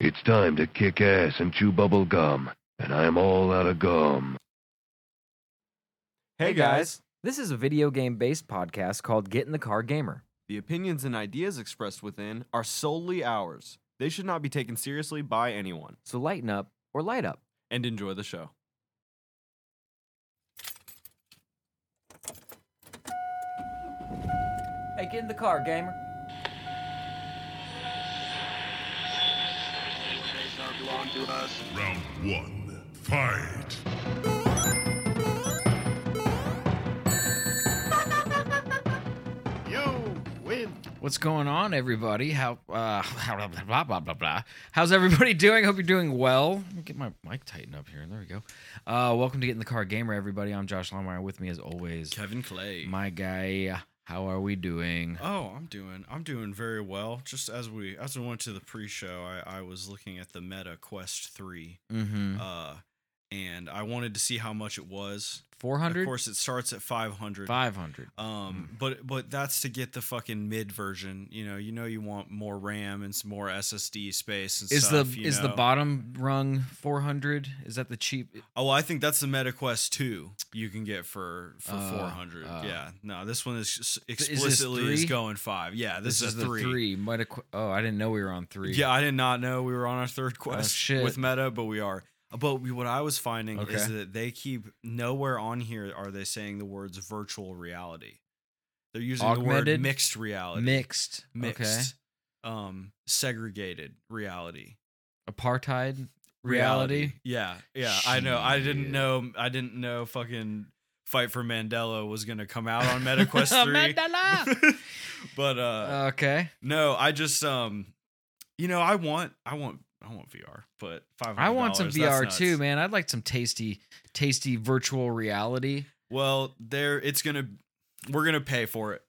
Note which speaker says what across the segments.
Speaker 1: It's time to kick ass and chew bubble gum, and I am all out of gum.
Speaker 2: Hey guys!
Speaker 3: This is a video game based podcast called Get in the Car Gamer.
Speaker 2: The opinions and ideas expressed within are solely ours. They should not be taken seriously by anyone.
Speaker 3: So lighten up or light up.
Speaker 2: And enjoy the show.
Speaker 3: Hey, get in the car, gamer.
Speaker 4: Round one, fight!
Speaker 5: What's going on, everybody? How uh, blah, blah blah blah blah. How's everybody doing? Hope you're doing well. Let me get my mic tightened up here. There we go. Uh, welcome to Get in the Car Gamer, everybody. I'm Josh Longmire. With me, as always,
Speaker 2: Kevin Clay.
Speaker 5: my guy. How are we doing?
Speaker 6: Oh, I'm doing I'm doing very well. Just as we as we went to the pre-show, I, I was looking at the Meta Quest 3.
Speaker 5: Mm-hmm.
Speaker 6: Uh and I wanted to see how much it was.
Speaker 5: Four
Speaker 6: Of
Speaker 5: hundred.
Speaker 6: course it starts at 500.
Speaker 5: Five Mm. hundred.
Speaker 6: Um but but that's to get the fucking mid version, you know. You know you want more RAM and some more SSD space and
Speaker 5: Is the
Speaker 6: stuff, you
Speaker 5: is the
Speaker 6: know.
Speaker 5: bottom rung four hundred? Is that the cheap?
Speaker 6: Oh, I think that's the Meta Quest 2 you can get for for
Speaker 5: Uh,
Speaker 6: 400.
Speaker 5: uh.
Speaker 6: yeah. No, this one is s-
Speaker 5: this
Speaker 6: explicitly is,
Speaker 5: three?
Speaker 6: going 5. Yeah, this, is, a
Speaker 5: the
Speaker 6: 3.
Speaker 5: three. Might have. qu- Oh, I didn't know we were on three.
Speaker 6: Yeah, I did not know we were on our third quest
Speaker 5: Oh, shit.
Speaker 6: with Meta, but we are. But we, what I was finding is
Speaker 5: Okay.
Speaker 6: that they keep nowhere on here are they saying the words virtual reality. They're using the
Speaker 5: Augmented?
Speaker 6: word mixed reality,
Speaker 5: Mixed.
Speaker 6: mixed,
Speaker 5: Okay.
Speaker 6: um, segregated reality.
Speaker 5: Apartheid reality.
Speaker 6: Yeah, yeah. I know. I
Speaker 5: Shit.
Speaker 6: didn't know. I didn't know. Fucking fight for Mandela was gonna come out on MetaQuest three.
Speaker 5: Mandela!
Speaker 6: but uh,
Speaker 5: okay.
Speaker 6: No, I just um, you know, I want, I want, I want VR, but five.
Speaker 5: I want some VR too, man. I'd like some tasty, tasty virtual reality.
Speaker 6: Well, there, it's gonna, we're gonna pay for it.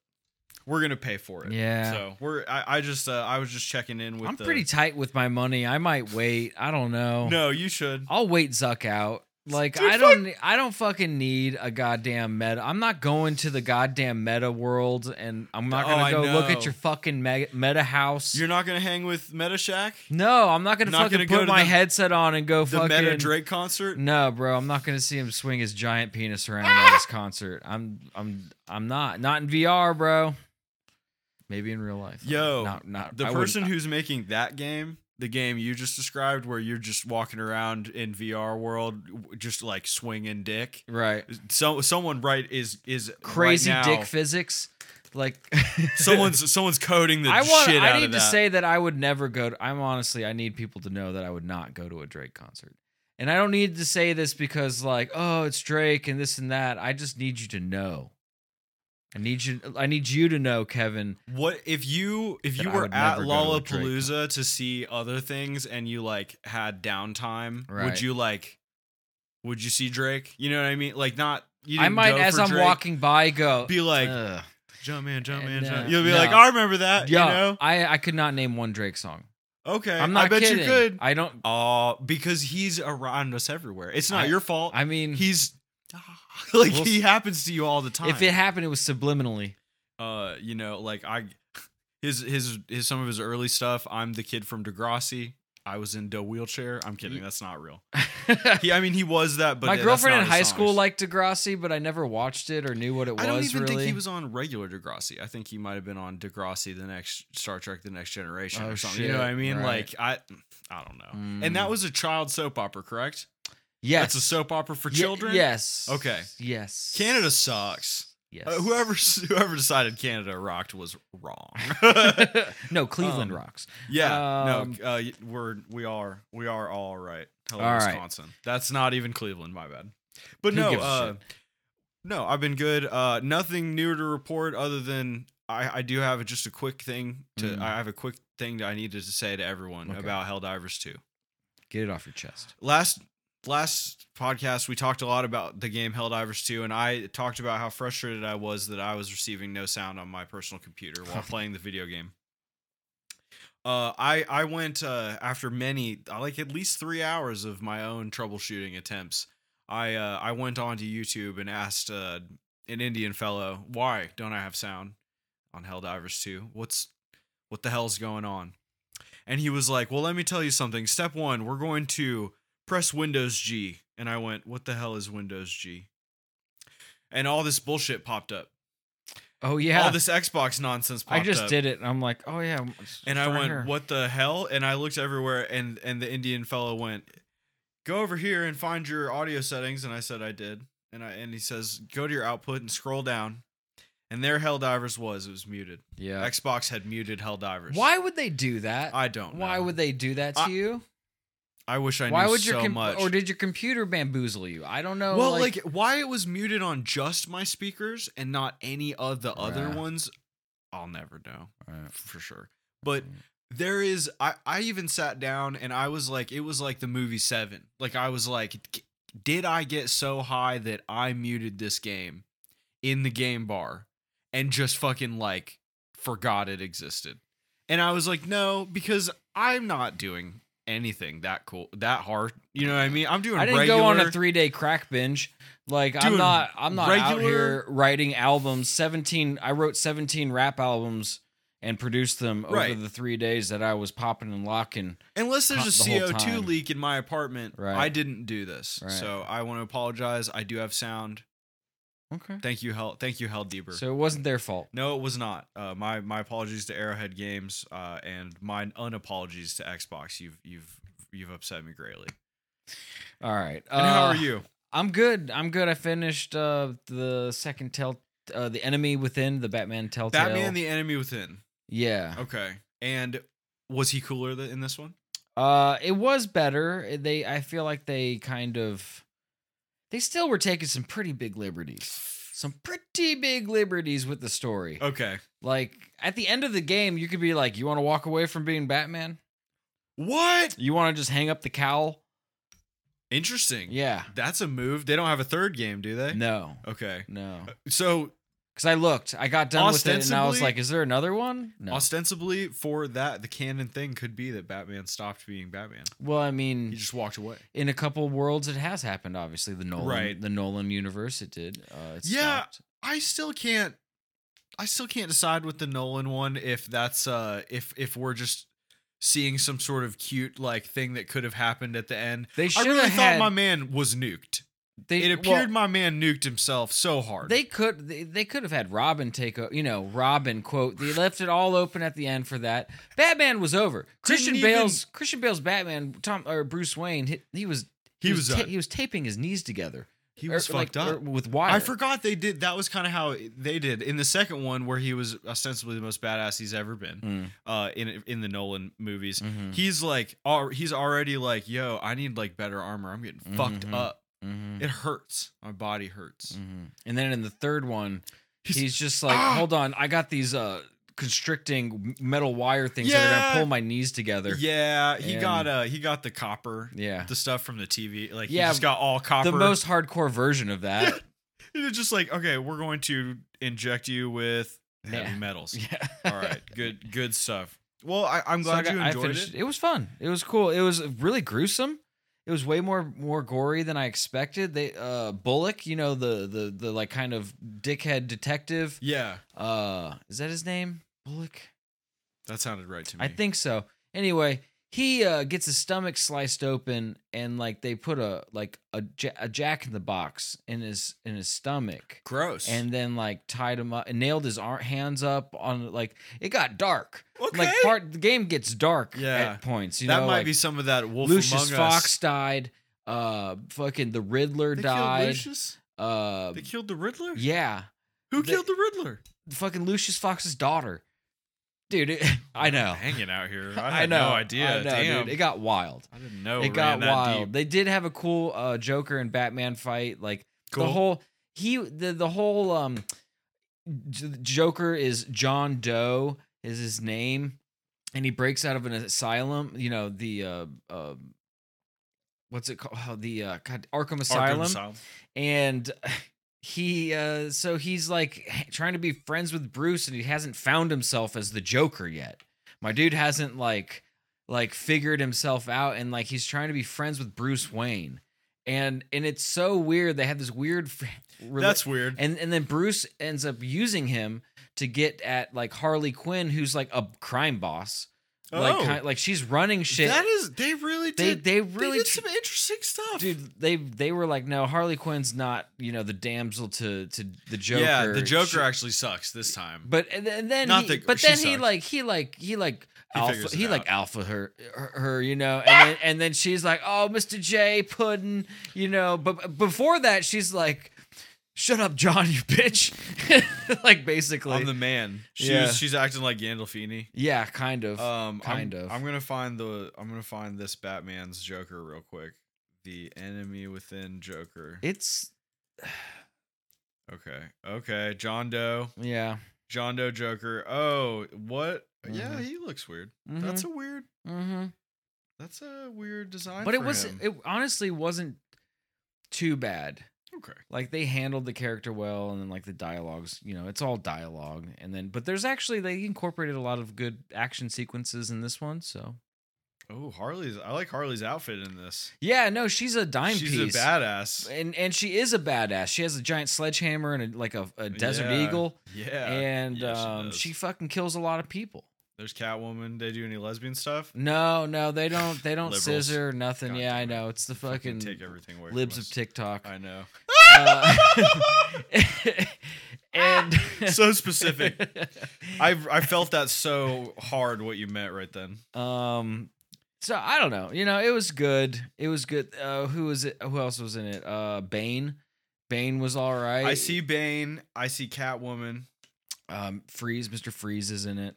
Speaker 6: We're gonna pay for it.
Speaker 5: Yeah.
Speaker 6: So we're, I, I just, uh, I was just checking in with.
Speaker 5: I'm
Speaker 6: the,
Speaker 5: pretty tight with my money. I might wait. I don't know.
Speaker 6: No, you should.
Speaker 5: I'll wait Zuck out. Like
Speaker 6: Dude,
Speaker 5: I don't I don't fucking need a goddamn meta. I'm not going to the goddamn meta world and I'm not
Speaker 6: Oh,
Speaker 5: going to
Speaker 6: I
Speaker 5: go look
Speaker 6: know.
Speaker 5: at your fucking mega, meta house.
Speaker 6: You're not gonna hang with MetaShack,
Speaker 5: no, I'm not going to
Speaker 6: Not
Speaker 5: fucking
Speaker 6: gonna go
Speaker 5: put
Speaker 6: to
Speaker 5: my
Speaker 6: the-
Speaker 5: headset on and go
Speaker 6: the
Speaker 5: fucking
Speaker 6: Meta Drake concert.
Speaker 5: No, bro, I'm not gonna see him swing his giant penis around at
Speaker 6: Ah!
Speaker 5: his concert. I'm I'm I'm not. Not in VR, bro. Maybe in real life.
Speaker 6: Yo,
Speaker 5: not, not
Speaker 6: The
Speaker 5: I wouldn't-
Speaker 6: person who's making that game, the game you just described, where you're just walking around in VR world, w- just like swinging dick.
Speaker 5: right
Speaker 6: So someone right is is right
Speaker 5: crazy
Speaker 6: now-
Speaker 5: dick physics, like
Speaker 6: someone's someone's coding the
Speaker 5: I want.
Speaker 6: shit out
Speaker 5: I need
Speaker 6: of
Speaker 5: to
Speaker 6: that.
Speaker 5: say that I would never go. to I'm honestly, I need people to know that I would not go to a Drake concert. And I don't need to say this because, like, oh, it's Drake and this and that. I just need you to know. I need you. I need you to know, Kevin.
Speaker 6: what if you if
Speaker 5: that
Speaker 6: you
Speaker 5: I
Speaker 6: were
Speaker 5: would
Speaker 6: at
Speaker 5: never go to a Drake
Speaker 6: Lollapalooza to see other things and you like had downtime?
Speaker 5: Right.
Speaker 6: Would you like? Would you see Drake? You know what I mean? Like not. You
Speaker 5: I
Speaker 6: didn't
Speaker 5: might,
Speaker 6: go
Speaker 5: as
Speaker 6: for
Speaker 5: I'm
Speaker 6: Drake,
Speaker 5: walking by, go
Speaker 6: be like,
Speaker 5: "Ugh."
Speaker 6: jump man, jump man,
Speaker 5: uh,
Speaker 6: jump. You'll be like,
Speaker 5: no.
Speaker 6: I remember that.
Speaker 5: Yeah,
Speaker 6: You know?
Speaker 5: I I could not name one Drake song.
Speaker 6: Okay.
Speaker 5: I'm not
Speaker 6: I bet
Speaker 5: kidding.
Speaker 6: you could.
Speaker 5: I don't.
Speaker 6: Oh, because he's around us everywhere. It's not
Speaker 5: I-
Speaker 6: your fault.
Speaker 5: I mean,
Speaker 6: he's like
Speaker 5: We'll
Speaker 6: he
Speaker 5: s-
Speaker 6: happens to you all the time.
Speaker 5: if it happened, it was subliminally.
Speaker 6: uh you know like i his his his some of his early stuff i'm the kid from degrassi i was in the wheelchair i'm kidding that's not real he i mean he was that but
Speaker 5: My
Speaker 6: that's
Speaker 5: girlfriend
Speaker 6: not
Speaker 5: in
Speaker 6: his
Speaker 5: high
Speaker 6: songs.
Speaker 5: school liked Degrassi, but I never watched it or knew what it
Speaker 6: i don't
Speaker 5: was.
Speaker 6: even
Speaker 5: really.
Speaker 6: think he was on regular degrassi i think he might have been on degrassi the next star trek the next generation
Speaker 5: Oh,
Speaker 6: or something you know
Speaker 5: shit,
Speaker 6: what i mean
Speaker 5: right.
Speaker 6: like i i don't know
Speaker 5: Mm.
Speaker 6: and that was a child soap opera correct
Speaker 5: Yes.
Speaker 6: that's a soap opera for
Speaker 5: Ye-
Speaker 6: children
Speaker 5: yes.
Speaker 6: Okay.
Speaker 5: Yes.
Speaker 6: canada sucks
Speaker 5: Yes.
Speaker 6: Uh, whoever whoever decided canada rocked was wrong
Speaker 5: no, Cleveland
Speaker 6: Um,
Speaker 5: rocks.
Speaker 6: Yeah,
Speaker 5: Um,
Speaker 6: no, uh, y- we're we are we are all right. Hello,
Speaker 5: All right.
Speaker 6: Wisconsin. That's not even Cleveland. My bad. But
Speaker 5: Who
Speaker 6: no,
Speaker 5: gives a
Speaker 6: uh,
Speaker 5: shit?
Speaker 6: no, I've been good. Uh, nothing new to report other than I, I do have just a quick thing to.
Speaker 5: Mm.
Speaker 6: I have a quick thing that I needed to say to everyone
Speaker 5: Okay.
Speaker 6: about Helldivers Two.
Speaker 5: Get it off your chest.
Speaker 6: Last last podcast we talked a lot about the game Helldivers Two, and I talked about how frustrated I was that I was receiving no sound on my personal computer while playing the video game. Uh, I I went uh, after many, uh, like at least three hours of my own troubleshooting attempts. I uh, I went onto YouTube and asked uh, an Indian fellow, "Why don't I have sound on Helldivers 2? What's what the hell's going on?" and he was like, "Well, let me tell you something. Step 1, we're going to press Windows G." And I went, "What the hell is Windows G?" And all this bullshit popped up.
Speaker 5: Oh yeah.
Speaker 6: All this Xbox nonsense
Speaker 5: I
Speaker 6: popped
Speaker 5: just
Speaker 6: up.
Speaker 5: did it. And I'm like, oh yeah. it's-
Speaker 6: And
Speaker 5: it's
Speaker 6: I
Speaker 5: right
Speaker 6: went,
Speaker 5: here.
Speaker 6: "What the hell?" And I looked everywhere, and and the Indian fellow went, "Go over here and find your audio settings." And I said, "I did." And I and he says, "Go to your output and scroll down." And there, Helldivers was. It was muted.
Speaker 5: Yeah.
Speaker 6: Xbox had muted Helldivers.
Speaker 5: Why would they do that?
Speaker 6: I don't.
Speaker 5: Why
Speaker 6: know.
Speaker 5: would they do that to
Speaker 6: I-
Speaker 5: you?
Speaker 6: I wish I
Speaker 5: Why
Speaker 6: knew
Speaker 5: would your
Speaker 6: so
Speaker 5: com-
Speaker 6: much.
Speaker 5: or did your computer bamboozle you? I don't know.
Speaker 6: well, like, why it was muted on just my speakers and not any of the other
Speaker 5: Right.
Speaker 6: ones, I'll never know
Speaker 5: Right. Mm.
Speaker 6: f- for sure. But there is, I, I even sat down and I was like, it was like the movie Seven. Like, I was like, "K- did I get so high that I muted this game in the game bar and just fucking like forgot it existed? And I was like, no, because I'm not doing anything that cool, that hard. You know what I mean? I'm doing
Speaker 5: I didn't
Speaker 6: regular.
Speaker 5: go on a three day crack binge. Like I'm
Speaker 6: Dude,
Speaker 5: not I'm not out
Speaker 6: regular-
Speaker 5: here writing albums. Seventeen I wrote seventeen rap albums and produced them
Speaker 6: Right.
Speaker 5: over the three days that I was popping and locking.
Speaker 6: Unless there's a
Speaker 5: the whole
Speaker 6: CO2
Speaker 5: time.
Speaker 6: leak in my apartment,
Speaker 5: Right.
Speaker 6: I didn't do this.
Speaker 5: Right.
Speaker 6: So I want to apologize. I do have sound.
Speaker 5: Okay.
Speaker 6: Thank you, Hel. Thank you, Held Deeber.
Speaker 5: So it wasn't their fault.
Speaker 6: no, it was not. Uh, my my apologies to Arrowhead Games, uh, and my unapologies to Xbox. You've you've you've upset me greatly.
Speaker 5: All right.
Speaker 6: And how are
Speaker 5: Uh,
Speaker 6: you?
Speaker 5: I'm good. I'm good. I finished uh the second tell uh, the enemy within the Batman Telltale.
Speaker 6: Batman: The Enemy Within.
Speaker 5: yeah.
Speaker 6: Okay. And was he cooler th- in this one?
Speaker 5: Uh, it was better. It- They, I feel like they kind of, they still were taking some pretty big liberties, some pretty big liberties with the story.
Speaker 6: Okay.
Speaker 5: Like at the end of the game, you could be like, you want to walk away from being Batman?
Speaker 6: What?
Speaker 5: You want to just hang up the cowl?
Speaker 6: Interesting.
Speaker 5: Yeah.
Speaker 6: That's a move. They don't have a third game, do they?
Speaker 5: No.
Speaker 6: Okay.
Speaker 5: No.
Speaker 6: So
Speaker 5: Because I looked, I got done with it, and I was
Speaker 6: Ostensibly-
Speaker 5: like, is there another one? No.
Speaker 6: Ostensibly, for that, the canon thing could be that Batman stopped being Batman.
Speaker 5: Well,
Speaker 6: He
Speaker 5: I mean,
Speaker 6: just walked away.
Speaker 5: in a couple worlds, it has happened. Obviously, the Nolan,
Speaker 6: Right.
Speaker 5: the Nolan universe, it did. Uh, it
Speaker 6: Yeah.
Speaker 5: stopped.
Speaker 6: I still can't. I still can't decide with the Nolan one if that's uh if if we're just seeing some sort of cute like thing that could have happened at the end.
Speaker 5: They should
Speaker 6: I
Speaker 5: have
Speaker 6: really
Speaker 5: had.
Speaker 6: thought my man was nuked.
Speaker 5: they,
Speaker 6: It
Speaker 5: well-
Speaker 6: appeared my man nuked himself so hard.
Speaker 5: They could they, they could have had Robin take o- you know Robin quote they left it all open at the end for that Batman was over Christian
Speaker 6: even-
Speaker 5: Bale's Christian Bale's Batman Tom or Bruce Wayne he, he was
Speaker 6: He was
Speaker 5: ta-
Speaker 6: done.
Speaker 5: he was taping his knees together
Speaker 6: he
Speaker 5: Or,
Speaker 6: was
Speaker 5: like,
Speaker 6: fucked up.
Speaker 5: or with wire
Speaker 6: I forgot they did. That was kind of how they did in the second one, where he was ostensibly the most badass he's ever been
Speaker 5: Mm,
Speaker 6: uh, in in the Nolan movies.
Speaker 5: mhm,
Speaker 6: he's like al- he's already like yo i need like better armor i'm getting fucked
Speaker 5: Mhm.
Speaker 6: up
Speaker 5: mhm,
Speaker 6: it hurts my body hurts
Speaker 5: mhm. and then in the third one
Speaker 6: He's-
Speaker 5: he's, just like
Speaker 6: Ah!
Speaker 5: hold on I got these uh constricting metal wire things that are
Speaker 6: Yeah.
Speaker 5: gonna pull my knees together
Speaker 6: yeah he
Speaker 5: And-
Speaker 6: got uh he got the copper
Speaker 5: yeah
Speaker 6: the stuff from the tv like he
Speaker 5: Yeah,
Speaker 6: just got all copper
Speaker 5: the most hardcore version of that
Speaker 6: And it's just like okay we're going to inject you with heavy
Speaker 5: Yeah.
Speaker 6: metals
Speaker 5: yeah
Speaker 6: all right good good stuff well I, i'm
Speaker 5: So
Speaker 6: glad
Speaker 5: I got-
Speaker 6: you
Speaker 5: I
Speaker 6: enjoyed
Speaker 5: finished
Speaker 6: it
Speaker 5: It was fun. It was cool. It was really gruesome. It was way more more gory than I expected. They uh Bullock, you know, the the the like kind of dickhead detective.
Speaker 6: yeah
Speaker 5: Uh is that his name? Bullock?
Speaker 6: that sounded right to me
Speaker 5: I think so. Anyway, he uh gets his stomach sliced open and like they put a like a, ja- a jack in the box in his in his stomach
Speaker 6: gross
Speaker 5: and then like tied him up and nailed his ar- hands up on like it got dark. Like part the game gets dark
Speaker 6: Yeah.
Speaker 5: at points. You
Speaker 6: that
Speaker 5: know,
Speaker 6: might
Speaker 5: like,
Speaker 6: be some of that wolf
Speaker 5: Lucius
Speaker 6: among
Speaker 5: Fox
Speaker 6: us
Speaker 5: died. Uh, fucking the Riddler
Speaker 6: they killed
Speaker 5: died.
Speaker 6: lucius
Speaker 5: Uh,
Speaker 6: they killed the riddler
Speaker 5: yeah,
Speaker 6: who
Speaker 5: they-
Speaker 6: killed the riddler
Speaker 5: fucking Lucius Fox's daughter. Dude, it, I know.
Speaker 6: hanging out here. I
Speaker 5: I
Speaker 6: had
Speaker 5: know.
Speaker 6: no idea.
Speaker 5: I know,
Speaker 6: Damn.
Speaker 5: It got wild.
Speaker 6: I didn't know
Speaker 5: it got wild. They did have a cool uh, Joker and Batman fight. Like the whole he the the whole um J- Joker is John Doe is his name, and he breaks out of an asylum. You know the uh, uh what's it called? Oh, the uh, God, Arkham Asylum, and. He uh so he's like h- trying to be friends with Bruce and he hasn't found himself as the Joker yet. My dude hasn't like like figured himself out and like he's trying to be friends with Bruce Wayne. And and it's so weird they have this weird fr- rela-
Speaker 6: That's weird.
Speaker 5: and and then Bruce ends up using him to get at like Harley Quinn, who's like a crime boss, Like,
Speaker 6: Oh.
Speaker 5: kind, like she's running shit.
Speaker 6: That is, they really
Speaker 5: they
Speaker 6: did.
Speaker 5: they really
Speaker 6: did
Speaker 5: tr-
Speaker 6: some interesting stuff,
Speaker 5: dude they they were like no harley quinn's not you know the damsel to to the joker
Speaker 6: Yeah, the Joker
Speaker 5: She-
Speaker 6: actually sucks this time.
Speaker 5: but and then- and then
Speaker 6: Not
Speaker 5: he,
Speaker 6: that
Speaker 5: but
Speaker 6: she
Speaker 5: then he
Speaker 6: sucks.
Speaker 5: like he like he like
Speaker 6: He
Speaker 5: alpha
Speaker 6: figures
Speaker 5: he,
Speaker 6: it
Speaker 5: like
Speaker 6: out.
Speaker 5: alpha her, her her, you know and then, and then she's like oh mr j puddin you know but before that she's like shut up john you bitch like basically
Speaker 6: I'm the man. She
Speaker 5: Yeah.
Speaker 6: was, she's acting like Gandolfini.
Speaker 5: yeah kind of
Speaker 6: Um,
Speaker 5: Kind
Speaker 6: I'm,
Speaker 5: of.
Speaker 6: I'm gonna find the. I'm gonna find this Batman's Joker real quick. The enemy within Joker.
Speaker 5: it's
Speaker 6: okay. Okay. John Doe.
Speaker 5: yeah
Speaker 6: John Doe Joker. Oh, what? Yeah,
Speaker 5: Mhm.
Speaker 6: he looks weird.
Speaker 5: Mhm.
Speaker 6: That's a weird.
Speaker 5: mm-hmm.
Speaker 6: That's a weird design.
Speaker 5: but it
Speaker 6: for
Speaker 5: was
Speaker 6: him.
Speaker 5: not it honestly wasn't too bad
Speaker 6: okay.
Speaker 5: like they handled the character well and then like the dialogues you know it's all dialogue and then but there's actually they incorporated a lot of good action sequences in this one so
Speaker 6: Oh, Harley's. I like Harley's outfit in this.
Speaker 5: yeah no she's a dime
Speaker 6: She's
Speaker 5: piece Eh,
Speaker 6: a badass.
Speaker 5: and and she is a badass she has a giant sledgehammer and a, like a, a desert
Speaker 6: Yeah.
Speaker 5: eagle
Speaker 6: Yeah.
Speaker 5: and
Speaker 6: Yeah, she
Speaker 5: um,
Speaker 6: does.
Speaker 5: she, fucking kills a lot of people
Speaker 6: There's Catwoman. They do any lesbian stuff?
Speaker 5: no no they don't they don't
Speaker 6: Liberals.
Speaker 5: scissor nothing
Speaker 6: God
Speaker 5: yeah i
Speaker 6: damn it.
Speaker 5: know it's the
Speaker 6: Fucking
Speaker 5: fucking,
Speaker 6: take everything away.
Speaker 5: libs
Speaker 6: from
Speaker 5: of
Speaker 6: us.
Speaker 5: tiktok
Speaker 6: I know.
Speaker 5: uh, and
Speaker 6: Ah! So specific. I I felt that so hard what you meant right then.
Speaker 5: Um, so I don't know. You know, it was good. It was good. Uh, who was it? Who else was in it? Uh, Bane. Bane was all right.
Speaker 6: I, see Bane. I see Catwoman.
Speaker 5: Um, Freeze. Mister Freeze is in it.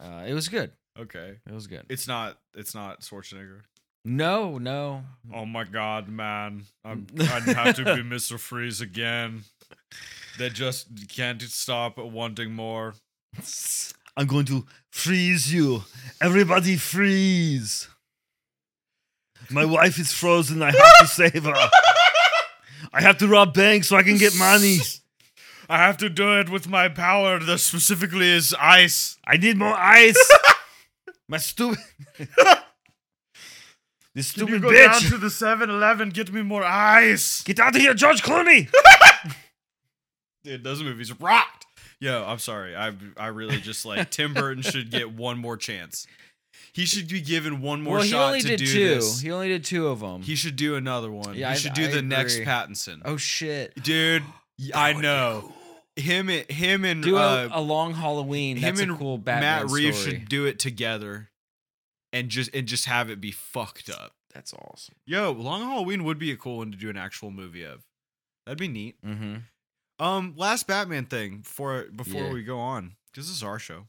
Speaker 5: Uh, it was good.
Speaker 6: Okay.
Speaker 5: It was good.
Speaker 6: It's not it's not Schwarzenegger.
Speaker 5: No, no.
Speaker 6: Oh my god, man. I'm I'd have to be Mr. Freeze again. They just can't stop wanting more.
Speaker 5: I'm going to freeze you. Everybody freeze.
Speaker 7: My wife is frozen. I have to save her. I have to rob banks so I can get money.
Speaker 6: I have to do it with my power that specifically is ice.
Speaker 7: I need more ice. My stupid. this stupid bitch.
Speaker 6: the 7-Eleven, get me more ice.
Speaker 7: Get out of here, George Clooney.
Speaker 6: Dude, those movies rocked. Yo, I'm sorry. I I really just like Tim Burton should get one more chance. He should be given one more
Speaker 5: well, he
Speaker 6: shot
Speaker 5: only
Speaker 6: to
Speaker 5: did
Speaker 6: do
Speaker 5: two.
Speaker 6: this.
Speaker 5: He only did two of them.
Speaker 6: He should do another one.
Speaker 5: Yeah, I-
Speaker 6: he should do
Speaker 5: I
Speaker 6: the next
Speaker 5: agree.
Speaker 6: Pattinson.
Speaker 5: oh shit.
Speaker 6: Dude, I know. Him and him and
Speaker 5: Do
Speaker 6: uh,
Speaker 5: a, a long Halloween.
Speaker 6: him
Speaker 5: That's
Speaker 6: and
Speaker 5: a cool Batman
Speaker 6: Matt Reeves
Speaker 5: story.
Speaker 6: should do it together and just and just have it be fucked up.
Speaker 5: That's awesome.
Speaker 6: Yo, Long Halloween would be a cool one to do an actual movie of. That'd be neat.
Speaker 5: Mm-hmm.
Speaker 6: Um, last Batman thing before before
Speaker 5: Yeah.
Speaker 6: we go on, because this is our show.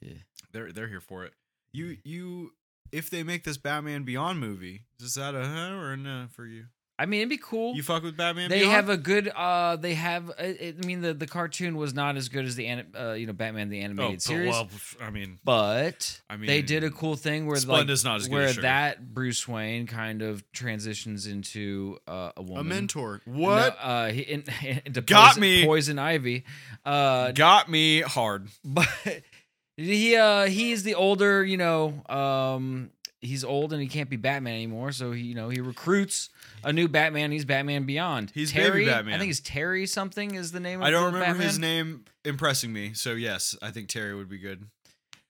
Speaker 5: Yeah.
Speaker 6: they're they're here for it. You you, if they make this Batman Beyond movie, is that a huh or a no for you?
Speaker 5: I mean, it'd be cool.
Speaker 6: You fuck with Batman?
Speaker 5: they
Speaker 6: Beyond?
Speaker 5: have a good. Uh, they have. uh, It, I mean, the the cartoon was not as good as the anim, uh, you know Batman the
Speaker 6: oh,
Speaker 5: animated
Speaker 6: but-
Speaker 5: series,
Speaker 6: well, pff, I mean,
Speaker 5: but
Speaker 6: I
Speaker 5: they did a
Speaker 6: mean,
Speaker 5: cool thing where like
Speaker 6: Splenda's not as good
Speaker 5: where
Speaker 6: as Sugar.
Speaker 5: that Bruce Wayne kind of transitions into uh, a
Speaker 6: a
Speaker 5: woman.
Speaker 6: mentor.
Speaker 5: No,
Speaker 6: What
Speaker 5: uh, he, in, into
Speaker 6: Got
Speaker 5: poison,
Speaker 6: me.
Speaker 5: Poison Ivy. Uh,
Speaker 6: got me hard?
Speaker 5: but he uh he's the older you know um he's old and he can't be batman anymore so he you know he recruits a new batman he's batman beyond
Speaker 6: He's Baby
Speaker 5: terry
Speaker 6: Batman.
Speaker 5: i think it's terry something is the name of
Speaker 6: I don't
Speaker 5: the
Speaker 6: remember his
Speaker 5: Batman.
Speaker 6: name impressing me. So yes, I think Terry would be good.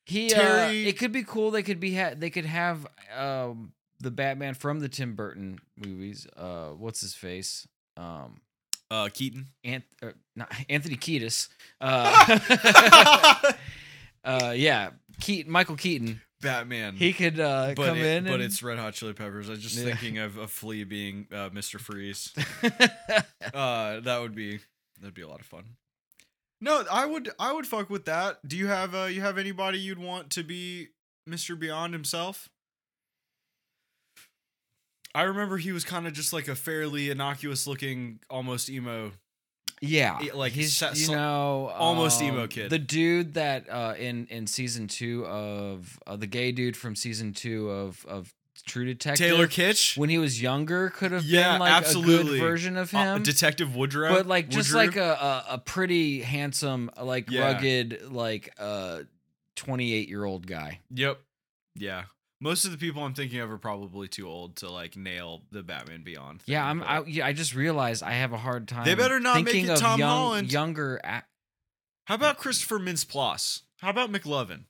Speaker 5: he
Speaker 6: Terry-
Speaker 5: uh, it could be cool they could be ha- they could have um the batman from the tim burton movies uh what's his face um
Speaker 6: Uh, Keaton.
Speaker 5: Anth- uh, not Anthony Kiedis. Uh, uh, yeah, Keaton, Michael Keaton.
Speaker 6: Batman.
Speaker 5: He could uh,
Speaker 6: but
Speaker 5: come
Speaker 6: it-
Speaker 5: in.
Speaker 6: but
Speaker 5: and-
Speaker 6: it's Red Hot Chili Peppers. I was just
Speaker 5: Yeah.
Speaker 6: thinking of a flea being uh, Mr. Freeze. uh, that would be that'd be a lot of fun. No, I would I would fuck with that. Do you have uh, you have anybody you'd want to be Mr. Beyond himself? I remember he was kind of just like a fairly innocuous looking, almost emo.
Speaker 5: Yeah,
Speaker 6: It, like,
Speaker 5: he's
Speaker 6: sa-
Speaker 5: you
Speaker 6: so-
Speaker 5: know
Speaker 6: almost emo
Speaker 5: um,
Speaker 6: kid.
Speaker 5: the dude that uh, in in season two of uh, the gay dude from season two of of True Detective,
Speaker 6: Taylor Kitsch,
Speaker 5: when he was younger could have
Speaker 6: Yeah,
Speaker 5: been like a
Speaker 6: absolutely.
Speaker 5: good version of
Speaker 6: Uh,
Speaker 5: him,
Speaker 6: Detective Woodrow,
Speaker 5: but like just
Speaker 6: Woodrow?
Speaker 5: like a, a a pretty handsome like
Speaker 6: Yeah.
Speaker 5: rugged like uh twenty eight year old guy.
Speaker 6: Yep. Yeah. Most of the people I'm thinking of are probably too old to like nail the Batman Beyond. Thing,
Speaker 5: Yeah, I'm.
Speaker 6: but-
Speaker 5: I, yeah, I just realized I have a hard time.
Speaker 6: better not make
Speaker 5: thinking
Speaker 6: it
Speaker 5: of
Speaker 6: Tom
Speaker 5: young,
Speaker 6: Holland.
Speaker 5: Younger. ac-
Speaker 6: How about Christopher Mintz-Plasse? How about McLovin?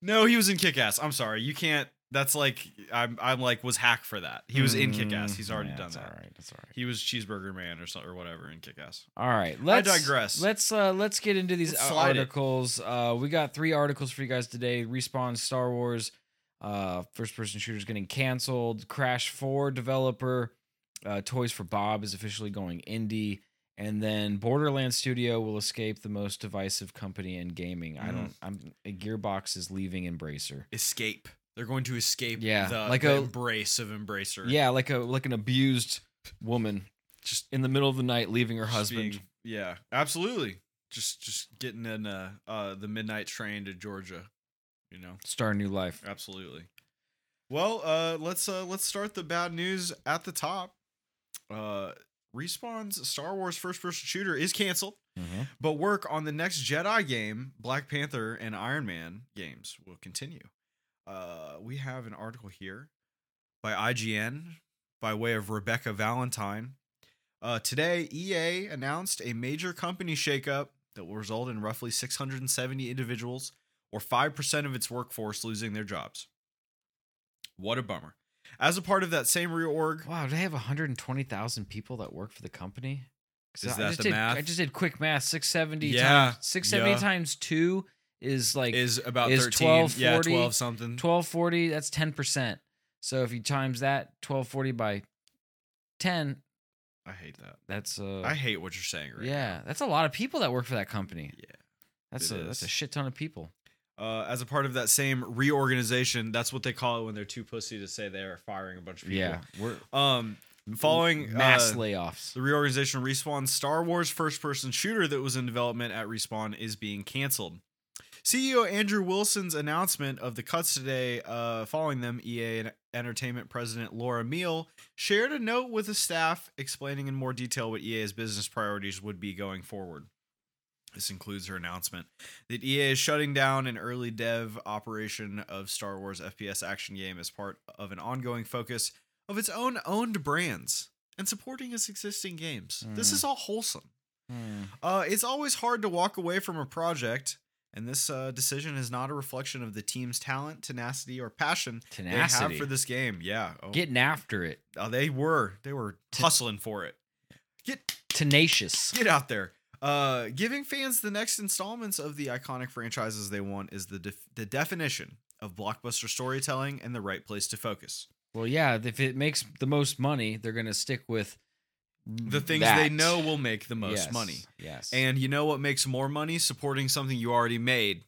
Speaker 6: No, he was in Kick Ass. I'm sorry. You can't. That's like I'm. I'm like was hack for that. He was in Kick Ass. He's already
Speaker 5: Yeah,
Speaker 6: done
Speaker 5: Mm, that's
Speaker 6: that.
Speaker 5: All right, that's all right.
Speaker 6: He was Cheeseburger Man or something or whatever in Kick Ass.
Speaker 5: All right, let's
Speaker 6: digress.
Speaker 5: Let's uh let's get into these
Speaker 6: Let's
Speaker 5: uh,
Speaker 6: slide it.
Speaker 5: articles. Uh we got three articles for you guys today. Respawn Star Wars uh first person shooters getting canceled, Crash 4 developer uh Toys for Bob is officially going indie and then Borderland Studio will escape the most divisive company in gaming. I
Speaker 6: Mm.
Speaker 5: don't I'm Gearbox is leaving Embracer.
Speaker 6: Escape. They're going to escape.
Speaker 5: Yeah,
Speaker 6: the,
Speaker 5: like
Speaker 6: the
Speaker 5: a-
Speaker 6: embrace of Embracer.
Speaker 5: Yeah, like a like an abused woman just in the middle of the night leaving her
Speaker 6: Just
Speaker 5: husband.
Speaker 6: being- yeah, absolutely. Just just getting in uh, uh the midnight train to Georgia. You know,
Speaker 5: Star new life.
Speaker 6: absolutely. Well, uh, let's uh, let's start the bad news at the top. Uh, Respawn's Star Wars first-person shooter is canceled.
Speaker 5: Mhm.
Speaker 6: But work on the next Jedi game, Black Panther, and Iron Man games will continue. Uh, we have an article here by IGN by way of Rebecca Valentine. Uh, today, EA announced a major company shakeup that will result in roughly 670 individuals or 5% of its workforce losing their jobs. What a bummer. As a part of that same reorg,
Speaker 5: Wow, do they have 120,000 people that work for the company? 'Cause
Speaker 6: Is
Speaker 5: I
Speaker 6: that
Speaker 5: just
Speaker 6: the
Speaker 5: did,
Speaker 6: math?
Speaker 5: I just did quick math. 670
Speaker 6: Yeah,
Speaker 5: times 670
Speaker 6: yeah.
Speaker 5: times 2 is like
Speaker 6: is about
Speaker 5: is
Speaker 6: 13.
Speaker 5: 12,
Speaker 6: yeah,
Speaker 5: 40,
Speaker 6: 12 something.
Speaker 5: 1240, that's 10%. So if you times that 1240 by 10,
Speaker 6: I hate that.
Speaker 5: that's uh
Speaker 6: I hate what you're saying right
Speaker 5: Yeah, that's a lot of people that work for that company.
Speaker 6: Yeah,
Speaker 5: That's
Speaker 6: it
Speaker 5: a that's a
Speaker 6: is.
Speaker 5: shit ton of people.
Speaker 6: uh, as a part of that same reorganization. That's what they call it when they're too pussy to say they're firing a bunch of people.
Speaker 5: Yeah, we're
Speaker 6: Um, following
Speaker 5: mass
Speaker 6: uh,
Speaker 5: layoffs.
Speaker 6: the reorganization, Respawn's Star Wars first-person shooter that was in development at Respawn is being canceled. CEO Andrew Wilson's announcement of the cuts today, uh, following them, EA and Entertainment President Laura Meal shared a note with the staff explaining in more detail what EA's business priorities would be going forward. This includes her announcement that EA is shutting down an early dev operation of Star Wars FPS action game as part of an ongoing focus of its own owned brands and supporting its existing games. This
Speaker 5: Mm.
Speaker 6: is all wholesome.
Speaker 5: Hmm.
Speaker 6: Uh, it's always hard to walk away from a project, and this uh, decision is not a reflection of the team's talent, tenacity, or passion they
Speaker 5: Tenacity.
Speaker 6: have for this game. Yeah, oh,
Speaker 5: Getting after it.
Speaker 6: oh, they were they were
Speaker 5: T-
Speaker 6: hustling for it. Get
Speaker 5: Tenacious.
Speaker 6: get out there. Uh, giving fans the next installments of the iconic franchises they want is the def- the definition of blockbuster storytelling and the right place to focus.
Speaker 5: Well, yeah, if it makes the most money, they're going to stick with
Speaker 6: The things they
Speaker 5: that.
Speaker 6: know will make the most
Speaker 5: Yes,
Speaker 6: money.
Speaker 5: Yes.
Speaker 6: And you know what makes more money? Supporting something you already made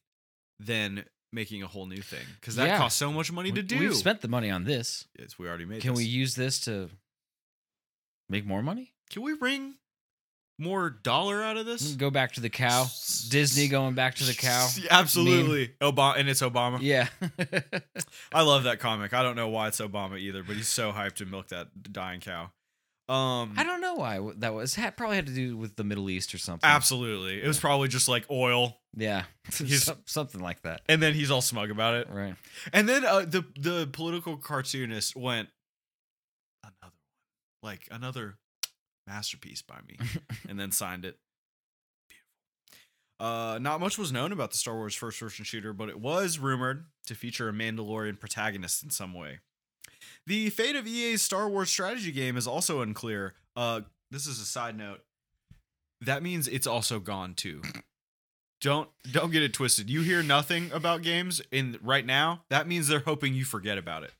Speaker 6: than making a whole new thing. Because that
Speaker 5: Yeah.
Speaker 6: costs so much money to do.
Speaker 5: We've spent the money on this.
Speaker 6: yes, we already made
Speaker 5: Can
Speaker 6: this.
Speaker 5: we use this to make more money?
Speaker 6: Can we wring more dollar out of this?
Speaker 5: Mm, Go back to the cow. Disney going back to the cow.
Speaker 6: Absolutely. Obama and it's Obama.
Speaker 5: Yeah.
Speaker 6: I love that comic. I don't know why it's Obama either, but he's so hyped to milk that dying cow. Um
Speaker 5: I don't know why that was. Had, probably had to do with the Middle East or something.
Speaker 6: absolutely. It was probably just like oil.
Speaker 5: Yeah.
Speaker 6: He's-
Speaker 5: Some- something like that.
Speaker 6: And then he's all smug about it.
Speaker 5: Right.
Speaker 6: And then uh, the the political cartoonist went another one, like another masterpiece by me, and then signed it. Uh, not much was known about the Star Wars first-person shooter, but it was rumored to feature a Mandalorian protagonist in some way. The fate of EA's Star Wars strategy game is also unclear. Uh, this is a side note. That means it's also gone too. Don't don't get it twisted. You hear nothing about games in right now. That means they're hoping you forget about it.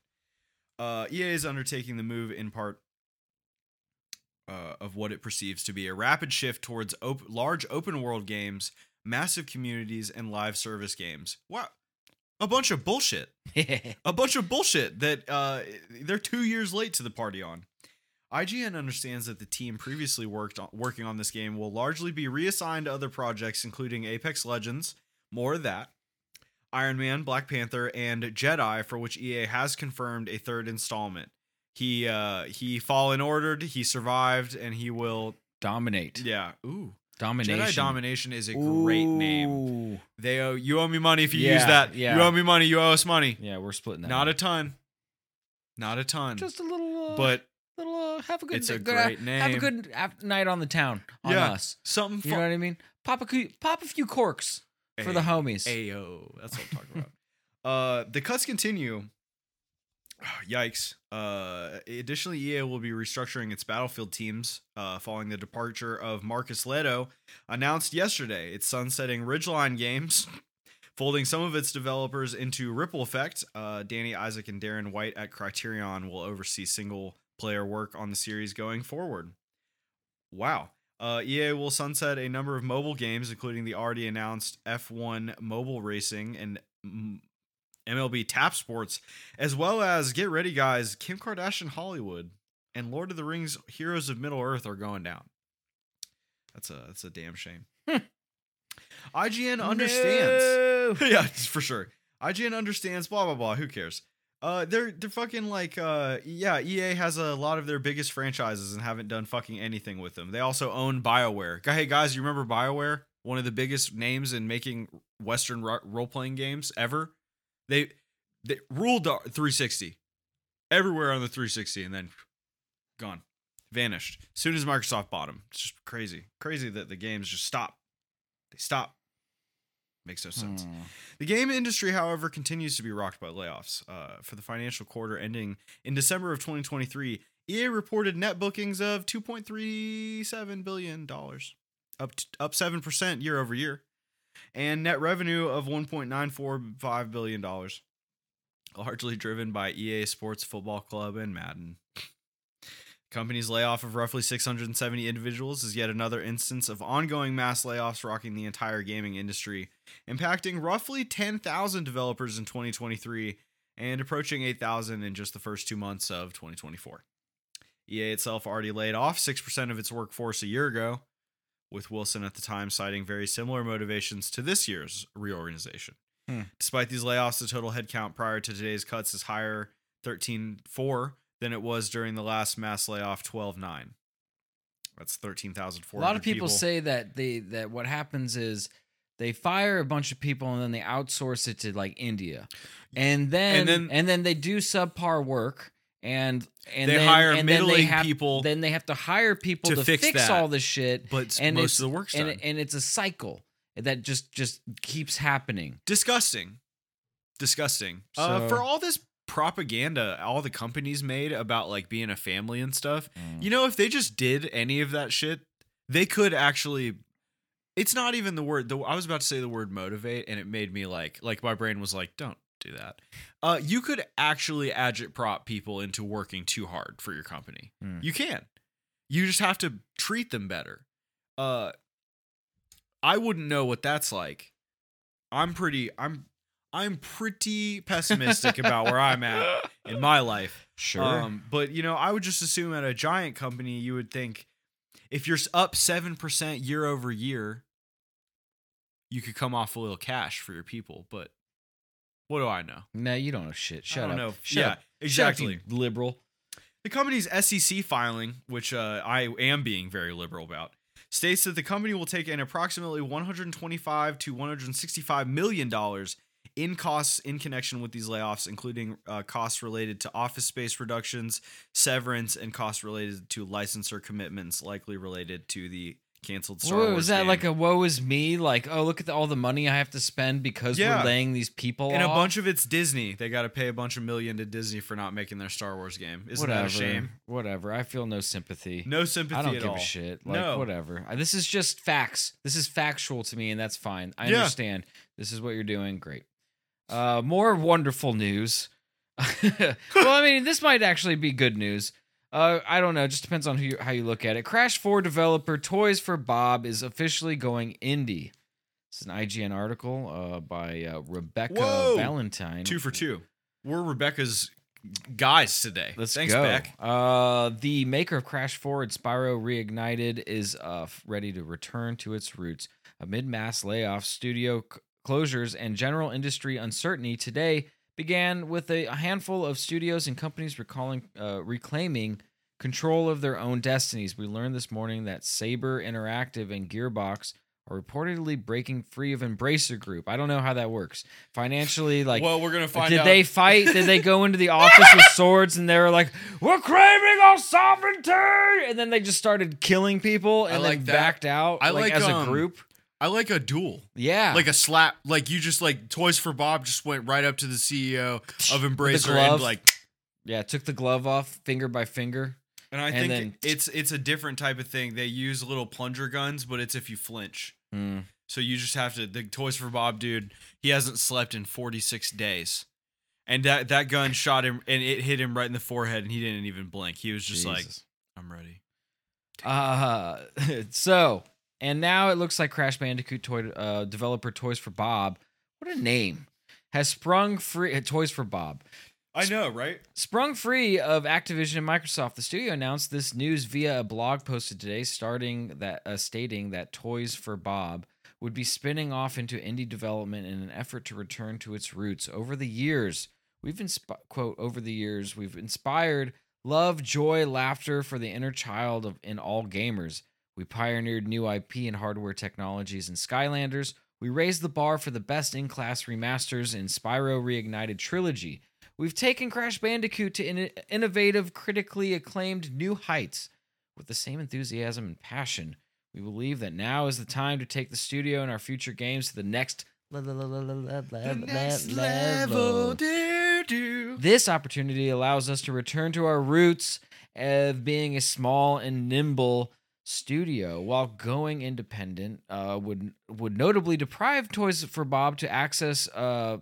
Speaker 6: Uh, EA is undertaking the move in part uh, of what it perceives to be a rapid shift towards op- large open world games, massive communities, and live service games. Wow, a bunch of bullshit a bunch of bullshit that uh, they're two years late to the party on. IGN understands that the team previously worked on, working on this game will largely be reassigned to other projects, including Apex Legends, more of that, Iron Man, Black Panther, and Jedi, for which EA has confirmed a third installment. He uh, he fallen ordered, he survived, and he will.
Speaker 5: Dominate.
Speaker 6: Yeah, ooh,
Speaker 5: Domination.
Speaker 6: Jedi Domination is a great name.
Speaker 5: Ooh.
Speaker 6: They owe you owe me money if you use
Speaker 5: Yeah,
Speaker 6: that.
Speaker 5: yeah.
Speaker 6: You owe me money. You owe us money.
Speaker 5: Yeah, we're splitting that.
Speaker 6: Not
Speaker 5: up.
Speaker 6: a ton. Not a ton.
Speaker 5: just a little. Uh,
Speaker 6: but
Speaker 5: little. Uh, have a good.
Speaker 6: it's a
Speaker 5: good-
Speaker 6: great
Speaker 5: Have a
Speaker 6: name.
Speaker 5: good af- night on the town on
Speaker 6: Yeah.
Speaker 5: us.
Speaker 6: something
Speaker 5: You know
Speaker 6: fun.
Speaker 5: what I mean? Pop a coo- pop a few corks for the homies.
Speaker 6: Ayo. That's what I'm talking Uh, the cuts continue. Yikes. Uh, additionally, EA will be restructuring its Battlefield teams uh, following the departure of Marcus Leto, announced yesterday. It's sunsetting Ridgeline Games, folding some of its developers into Ripple Effect. Uh, Danny Isaac and Darren White at Criterion will oversee single player work on the series going forward. Wow. Uh, EA will sunset a number of mobile games, including the already announced F1 Mobile Racing and mm, MLB Tap Sports, as well as get ready, guys, Kim Kardashian Hollywood and Lord of the Rings Heroes of Middle Earth are going down. That's a that's a damn shame. IGN understands. yeah, for sure. IGN understands. Blah blah blah. Who cares? Uh, they're they're fucking like uh yeah. EA has a lot of their biggest franchises and haven't done fucking anything with them. They also own Bioware. Gu- Hey guys, you remember Bioware? One of the biggest names in making Western role playing games ever. They they ruled our 360 everywhere on the 360 and then gone, vanished. soon as Microsoft bought them, it's just crazy, crazy that the games just stop. They stop. Makes no sense. The game industry, however, continues to be rocked by layoffs. Uh, for the financial quarter ending in December of 2023, EA reported net bookings of 2.37 billion dollars, up t- up seven percent year over year, and net revenue of 1.945 billion dollars, largely driven by EA Sports Football Club and Madden. Company's layoff of roughly 670 individuals is yet another instance of ongoing mass layoffs rocking the entire gaming industry, impacting roughly 10,000 developers in 2023 and approaching 8,000 in just the first two months of 2024. EA itself already laid off 6% of its workforce a year ago, with Wilson at the time citing very similar motivations to this year's reorganization.
Speaker 5: Hmm.
Speaker 6: Despite these layoffs, the total headcount prior to today's cuts is higher 13.4 than it was during the last mass layoff 12.9. That's 13,400
Speaker 5: a lot of people, say that they that what happens is they fire a bunch of people and then they outsource it to like India, and then and
Speaker 6: then-
Speaker 5: then, they do subpar work and and
Speaker 6: They
Speaker 5: then,
Speaker 6: hire
Speaker 5: and then they
Speaker 6: middling
Speaker 5: have,
Speaker 6: people
Speaker 5: Then they have to hire people
Speaker 6: to
Speaker 5: to,
Speaker 6: fix
Speaker 5: fix,
Speaker 6: that.
Speaker 5: all this shit,
Speaker 6: but
Speaker 5: and
Speaker 6: most
Speaker 5: it's-
Speaker 6: of the work's
Speaker 5: and
Speaker 6: done.
Speaker 5: and it's a cycle that just just keeps happening.
Speaker 6: disgusting disgusting uh,
Speaker 5: So-
Speaker 6: for all this propaganda all the companies made about like being a family and stuff
Speaker 5: Mm.
Speaker 6: you know if they just did any of that shit they could actually it's not even the word the, i was about to say the word motivate and it made me like like my brain was like don't do that uh, you could actually agitprop people into working too hard for your company
Speaker 5: Mm.
Speaker 6: you can you just have to treat them better uh i wouldn't know what that's like i'm pretty i'm i'm pretty pessimistic about where i'm at in my life
Speaker 5: Sure.
Speaker 6: um, but you know, I would just assume at a giant company, you would think if you're s- up seven percent year over year, you could come off a little cash for your people. But what do I know?
Speaker 5: no, you don't know shit. Shut
Speaker 6: I don't
Speaker 5: up.
Speaker 6: know.
Speaker 5: Shut
Speaker 6: yeah,
Speaker 5: up. Shut up, you
Speaker 6: exactly.
Speaker 5: liberal.
Speaker 6: The company's SEC filing, which uh, I am being very liberal about, states that the company will take an approximately 125 to 165 million dollars in costs in connection with these layoffs, including uh, costs related to office space reductions, severance, and costs related to licensor commitments, likely related to the canceled Star
Speaker 5: Whoa,
Speaker 6: Wars.
Speaker 5: was that
Speaker 6: game.
Speaker 5: like a woe is me? Like, oh, look at the, all the money I have to spend because
Speaker 6: Yeah.
Speaker 5: we're laying these people
Speaker 6: and a
Speaker 5: off?
Speaker 6: bunch of it's Disney. They got to pay a bunch of million to Disney for not making their Star Wars game. Isn't
Speaker 5: whatever,
Speaker 6: that a shame?
Speaker 5: Whatever. I feel no sympathy.
Speaker 6: No sympathy
Speaker 5: I don't
Speaker 6: at
Speaker 5: give
Speaker 6: all.
Speaker 5: a shit. Like,
Speaker 6: No.
Speaker 5: whatever. I- This is just facts. This is factual to me, and that's fine. I
Speaker 6: Yeah.
Speaker 5: understand. This is what you're doing. Great. Uh, more wonderful news. well, I mean, this might actually be good news. Uh, I don't know. It just depends on who you, how you look at it. Crash 4 developer Toys for Bob is officially going indie. It's an IGN article uh, by uh, Rebecca
Speaker 6: Whoa!
Speaker 5: Valentine.
Speaker 6: Two for two. We're Rebecca's guys today.
Speaker 5: Let's
Speaker 6: Thanks,
Speaker 5: go.
Speaker 6: Beck.
Speaker 5: Uh, the maker of Crash 4 and Spyro Reignited is uh, f- ready to return to its roots. Amid mass layoffs, studio c- closures, and general industry uncertainty, today began with a a handful of studios and companies recalling, uh, reclaiming control of their own destinies. We learned this morning that Saber Interactive and Gearbox are reportedly breaking free of Embracer Group. I don't know how that works financially. Like,
Speaker 6: well, we're gonna find
Speaker 5: did
Speaker 6: out.
Speaker 5: they fight? Did they go into the office with swords and they were like, "We're craving our sovereignty," and then they just started killing people and
Speaker 6: I
Speaker 5: then
Speaker 6: like that.
Speaker 5: backed out
Speaker 6: I
Speaker 5: like,
Speaker 6: like,
Speaker 5: as
Speaker 6: um,
Speaker 5: a group?
Speaker 8: I like a duel.
Speaker 5: Yeah.
Speaker 8: Like a slap. Like you just like Toys for Bob just went right up to the
Speaker 6: E
Speaker 8: CEO of Embracer
Speaker 5: glove.
Speaker 8: and like
Speaker 5: yeah, took the glove off finger by finger.
Speaker 6: And I
Speaker 5: And
Speaker 6: think
Speaker 5: then-
Speaker 6: it's it's a different type of thing. They use little plunger guns, but it's if you flinch. So you just have to the Toys for Bob dude, he hasn't slept in 46 days. And that that gun shot him and it hit him right in the forehead and he didn't even blink. He was just like,
Speaker 5: Jesus.
Speaker 6: I'm ready.
Speaker 5: Uh, so, and now it looks like Crash Bandicoot toy uh, developer Toys for Bob, what a name, has sprung free. uh, Toys for Bob
Speaker 6: I know, right?
Speaker 5: sprung free of Activision and Microsoft. The studio announced this news via a blog posted today, starting that uh, stating that Toys for Bob would be spinning off into indie development in an effort to return to its roots. Over the years, we've insp- quote over the years we've inspired love, joy, laughter for the inner child of in all gamers. We pioneered new IP and hardware technologies in Skylanders. We raised the bar for the best in class remasters in Spyro Reignited Trilogy. We've taken Crash Bandicoot to in- innovative, critically acclaimed new heights. With the same enthusiasm and passion, we believe that now is the time to take the studio and our future games to the next, le- le- le- le- le- le- le- level. This opportunity allows us to return to our roots of being a small and nimble studio while going independent uh, would would notably deprive toys for bob to access uh,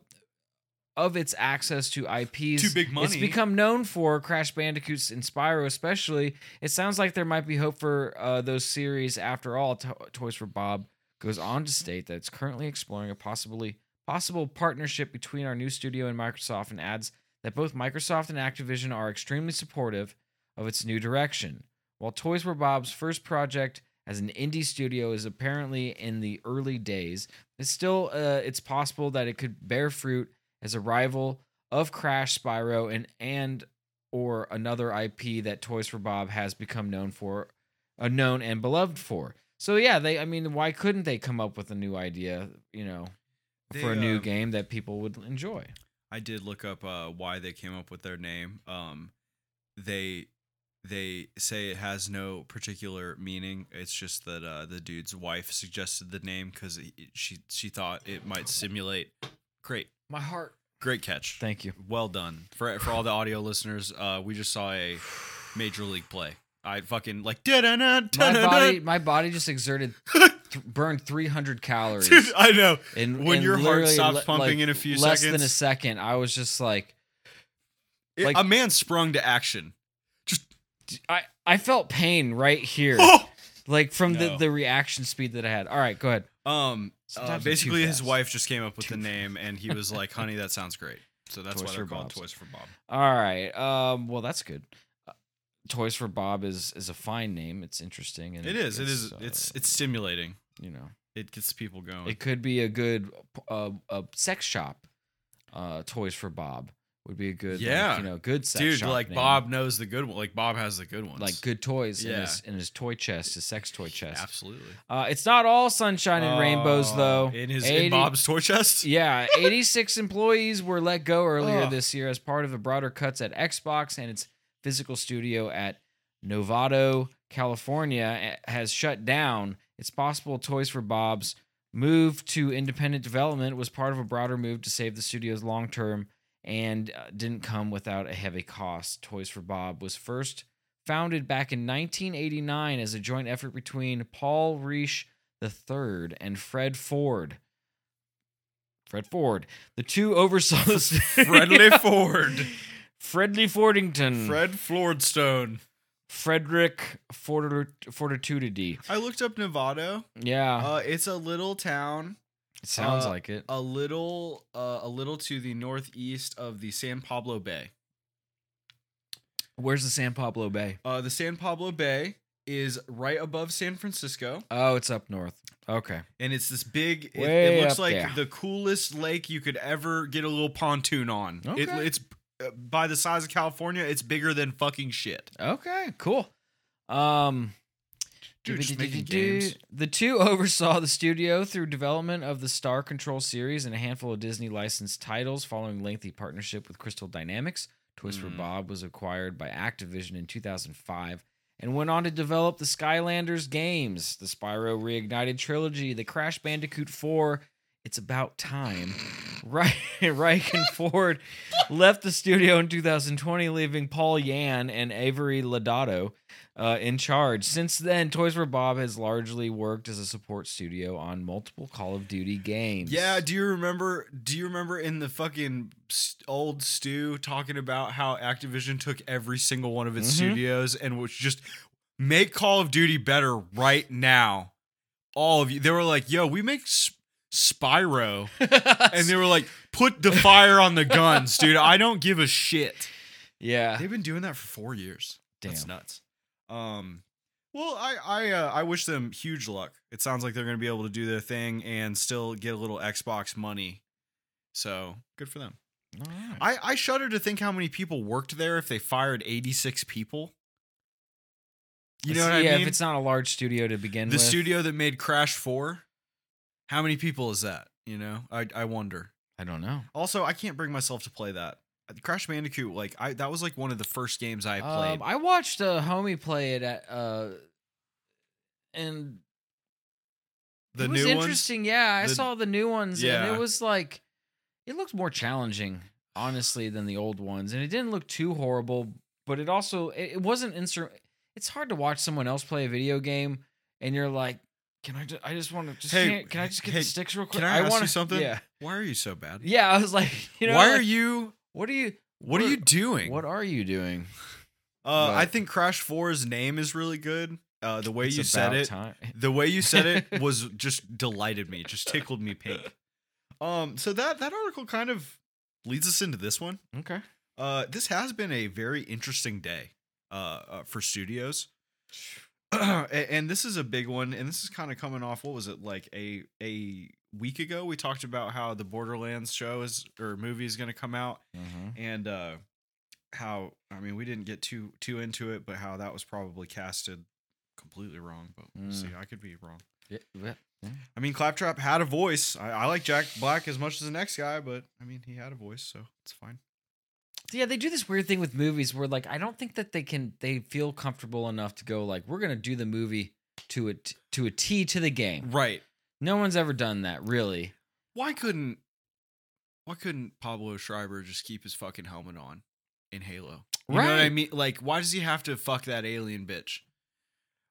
Speaker 5: of its access to IPs
Speaker 6: Too big
Speaker 5: It's
Speaker 6: money.
Speaker 5: become known for Crash Bandicoots and Spyro, especially. It sounds like there might be hope for uh, those series after all. To- Toys for Bob goes on to state that it's currently exploring a possibly possible partnership between our new studio and Microsoft, and adds that both Microsoft and Activision are extremely supportive of its new direction. While Toys for Bob's first project as an indie studio is apparently in the early days, it's still uh, it's possible that it could bear fruit as a rival of Crash, Spyro, and and or another IP that Toys for Bob has become known for, uh, known and beloved for. So yeah, they I mean, why couldn't they come up with a new idea, you know, for a
Speaker 6: They,
Speaker 5: new
Speaker 6: um,
Speaker 5: game that people would enjoy?
Speaker 6: I did look up uh, why they came up with their name. Um, they they say it has no particular meaning. It's just that uh, the dude's wife suggested the name because she she thought it might simulate. Great,
Speaker 5: My heart.
Speaker 6: great catch.
Speaker 5: Thank you.
Speaker 6: well done for for all the audio listeners. Uh, we just saw a major league play. I fucking like da-da-da,
Speaker 5: My
Speaker 6: da-da-da.
Speaker 5: body, my body just exerted, th- burned 300 calories.
Speaker 6: Dude, I know.
Speaker 5: and
Speaker 6: when
Speaker 5: and
Speaker 6: your heart
Speaker 5: literally
Speaker 6: stops
Speaker 5: le-
Speaker 6: pumping
Speaker 5: like,
Speaker 6: in a few
Speaker 5: less than a
Speaker 6: seconds.
Speaker 5: second, I was just like,
Speaker 6: It-
Speaker 5: like-
Speaker 6: a man sprung to action.
Speaker 5: I, I felt pain right here, like from the,
Speaker 6: Oh, No.
Speaker 5: the reaction speed that I had. All right, go ahead.
Speaker 6: Um,
Speaker 5: Sometimes
Speaker 6: uh,
Speaker 5: I'm too
Speaker 6: basically, his
Speaker 5: fast.
Speaker 6: wife just came up with
Speaker 5: Too
Speaker 6: the name, and he was like, "Honey, that sounds great." So that's
Speaker 5: Toys
Speaker 6: why they're
Speaker 5: for
Speaker 6: called
Speaker 5: Bobs.
Speaker 6: Toys for Bob.
Speaker 5: All right. Um. Well, that's good. Uh, Toys for Bob is is a fine name. It's interesting. And
Speaker 6: It is. It is.
Speaker 5: uh,
Speaker 6: It's it's stimulating.
Speaker 5: you know
Speaker 6: It gets people going.
Speaker 5: it could be a good uh, a sex shop. Uh, Toys for Bob would be a good like,
Speaker 6: Yeah.
Speaker 5: you know good sex
Speaker 6: Dude,
Speaker 5: shop
Speaker 6: like
Speaker 5: name.
Speaker 6: Bob knows the good one. Like Bob has the good ones.
Speaker 5: like good toys in
Speaker 6: Yeah.
Speaker 5: his in his toy chest his sex toy chest.
Speaker 6: Absolutely.
Speaker 5: Uh, it's not all sunshine and rainbows
Speaker 6: Oh,
Speaker 5: though.
Speaker 6: In his in
Speaker 5: 80
Speaker 6: Bob's toy chest.
Speaker 5: Yeah, 86 employees were let go earlier
Speaker 6: Ugh.
Speaker 5: this year as part of the broader cuts at Xbox and its physical studio at Novato, California eh, has shut down. It's possible Toys for Bob's move to independent development was part of a broader move to save the studio's long term and uh, didn't come without a heavy cost. Toys for Bob was first founded back in 1989 as a joint effort between Paul Reich III and Fred Ford. Fred Ford. The two oversaw the
Speaker 6: Friendly
Speaker 5: studio-
Speaker 6: Ford.
Speaker 5: Fredley Fordington.
Speaker 6: Fred Flordstone.
Speaker 5: Frederick Fortiter- Fortitudity.
Speaker 6: I looked up Novato.
Speaker 5: Yeah,
Speaker 6: Uh, it's a little town,
Speaker 5: it sounds
Speaker 6: uh,
Speaker 5: like it.
Speaker 6: a little, uh, a little to the northeast of the San Pablo Bay.
Speaker 5: Where's the San Pablo Bay?
Speaker 6: Uh, the San Pablo Bay is right above San Francisco,
Speaker 5: Oh, it's up north. Okay.
Speaker 6: and it's this big. It,
Speaker 5: Way
Speaker 6: it looks
Speaker 5: up
Speaker 6: like
Speaker 5: there.
Speaker 6: the coolest lake you could ever get a little pontoon on. It,
Speaker 5: Okay.
Speaker 6: it's uh, by the size of California. It's bigger than fucking shit.
Speaker 5: Okay, cool. Um
Speaker 6: Dude, just making
Speaker 5: do-do-do-do-do.
Speaker 6: games.
Speaker 5: The two oversaw the studio through development of the Star Control series and a handful of Disney licensed titles following lengthy partnership with Crystal Dynamics. Toys for
Speaker 6: Mm.
Speaker 5: Bob was acquired by Activision in 2005 and went on to develop the Skylanders games, the Spyro Reignited trilogy, the Crash Bandicoot 4, It's About Time. Reich, Reich and Ford left the studio in 2020, leaving Paul Yan and Avery Lodato uh, in charge. Since then, Toys for Bob has largely worked as a support studio on multiple Call of Duty games.
Speaker 6: Yeah, do you remember? Do you remember in the fucking st- old stew talking about how Activision took every single one of its
Speaker 5: Mhm.
Speaker 6: studios and was just make Call of Duty better right now? All of you, they were like, "Yo, we make S- Spyro," and they were like, "Put the fire on the guns, dude. I don't give a shit."
Speaker 5: yeah.
Speaker 6: They've been doing that for four years. That's
Speaker 5: Damn.
Speaker 6: nuts. Um, well, I I uh, I wish them huge luck. It sounds like they're going to be able to do their thing and still get a little Xbox money. So good for them. I I shudder to think how many people worked there if they fired eighty six people. You know
Speaker 5: yeah,
Speaker 6: what I mean?
Speaker 5: if it's not a large studio to begin
Speaker 6: the
Speaker 5: with.
Speaker 6: studio that made Crash Four. How many people is that? You know, I I wonder.
Speaker 5: I don't know.
Speaker 6: Also, I can't bring myself to play that. Uh, Crash Bandicoot, like I that was like one of the first games I played.
Speaker 5: Um, I watched a homie play it at, uh, and
Speaker 6: the
Speaker 5: it was
Speaker 6: new ones.
Speaker 5: interesting. Yeah, I
Speaker 6: The-
Speaker 5: saw the new ones, and
Speaker 6: Yeah.
Speaker 5: it was like it looked more challenging, honestly, than the old ones, and it didn't look too horrible. But it also it, it wasn't insur- It's hard to watch someone else play a video game, and you're like, "Can I? Just, I just want to just
Speaker 6: Hey,
Speaker 5: can't, can I just get
Speaker 6: hey,
Speaker 5: the sticks real quick?
Speaker 6: Can I, ask
Speaker 5: wanna,
Speaker 6: you something?
Speaker 5: Yeah,
Speaker 6: Why are you so bad?
Speaker 5: yeah. I was like, you know,
Speaker 6: Why
Speaker 5: like,
Speaker 6: are you?
Speaker 5: What are you?
Speaker 6: What are you doing?
Speaker 5: What are you doing?
Speaker 6: uh, I
Speaker 5: Right.
Speaker 6: think Crash 4's name is really good. Uh, the way
Speaker 5: It's
Speaker 6: you said
Speaker 5: about
Speaker 6: it,
Speaker 5: time.
Speaker 6: the way you said it was just delighted me. Just tickled me pink. Um, so that that article kind of leads us into this one.
Speaker 5: Okay.
Speaker 6: Uh, this has been a very interesting day uh, uh, for studios. A- and this is a big one and this is kind of coming off what was it like a a week ago we talked about how the borderlands show is or movie is going to come out
Speaker 5: Mm-hmm.
Speaker 6: and uh how i mean we didn't get too too into it but how that was probably casted completely wrong but we'll see i could be wrong i mean claptrap had a voice I, I like jack black as much as the next guy but i mean he had a voice so it's fine
Speaker 5: Yeah, they do this weird thing with movies where like I don't think that they can they feel comfortable enough to go like we're gonna do the movie to a t- to a T to the game.
Speaker 6: right
Speaker 5: No one's ever done that really.
Speaker 6: why couldn't why couldn't Pablo Schreiber just keep his fucking helmet on in Halo? You know what I
Speaker 5: Right.
Speaker 6: mean? Like, why does he have to fuck that alien bitch?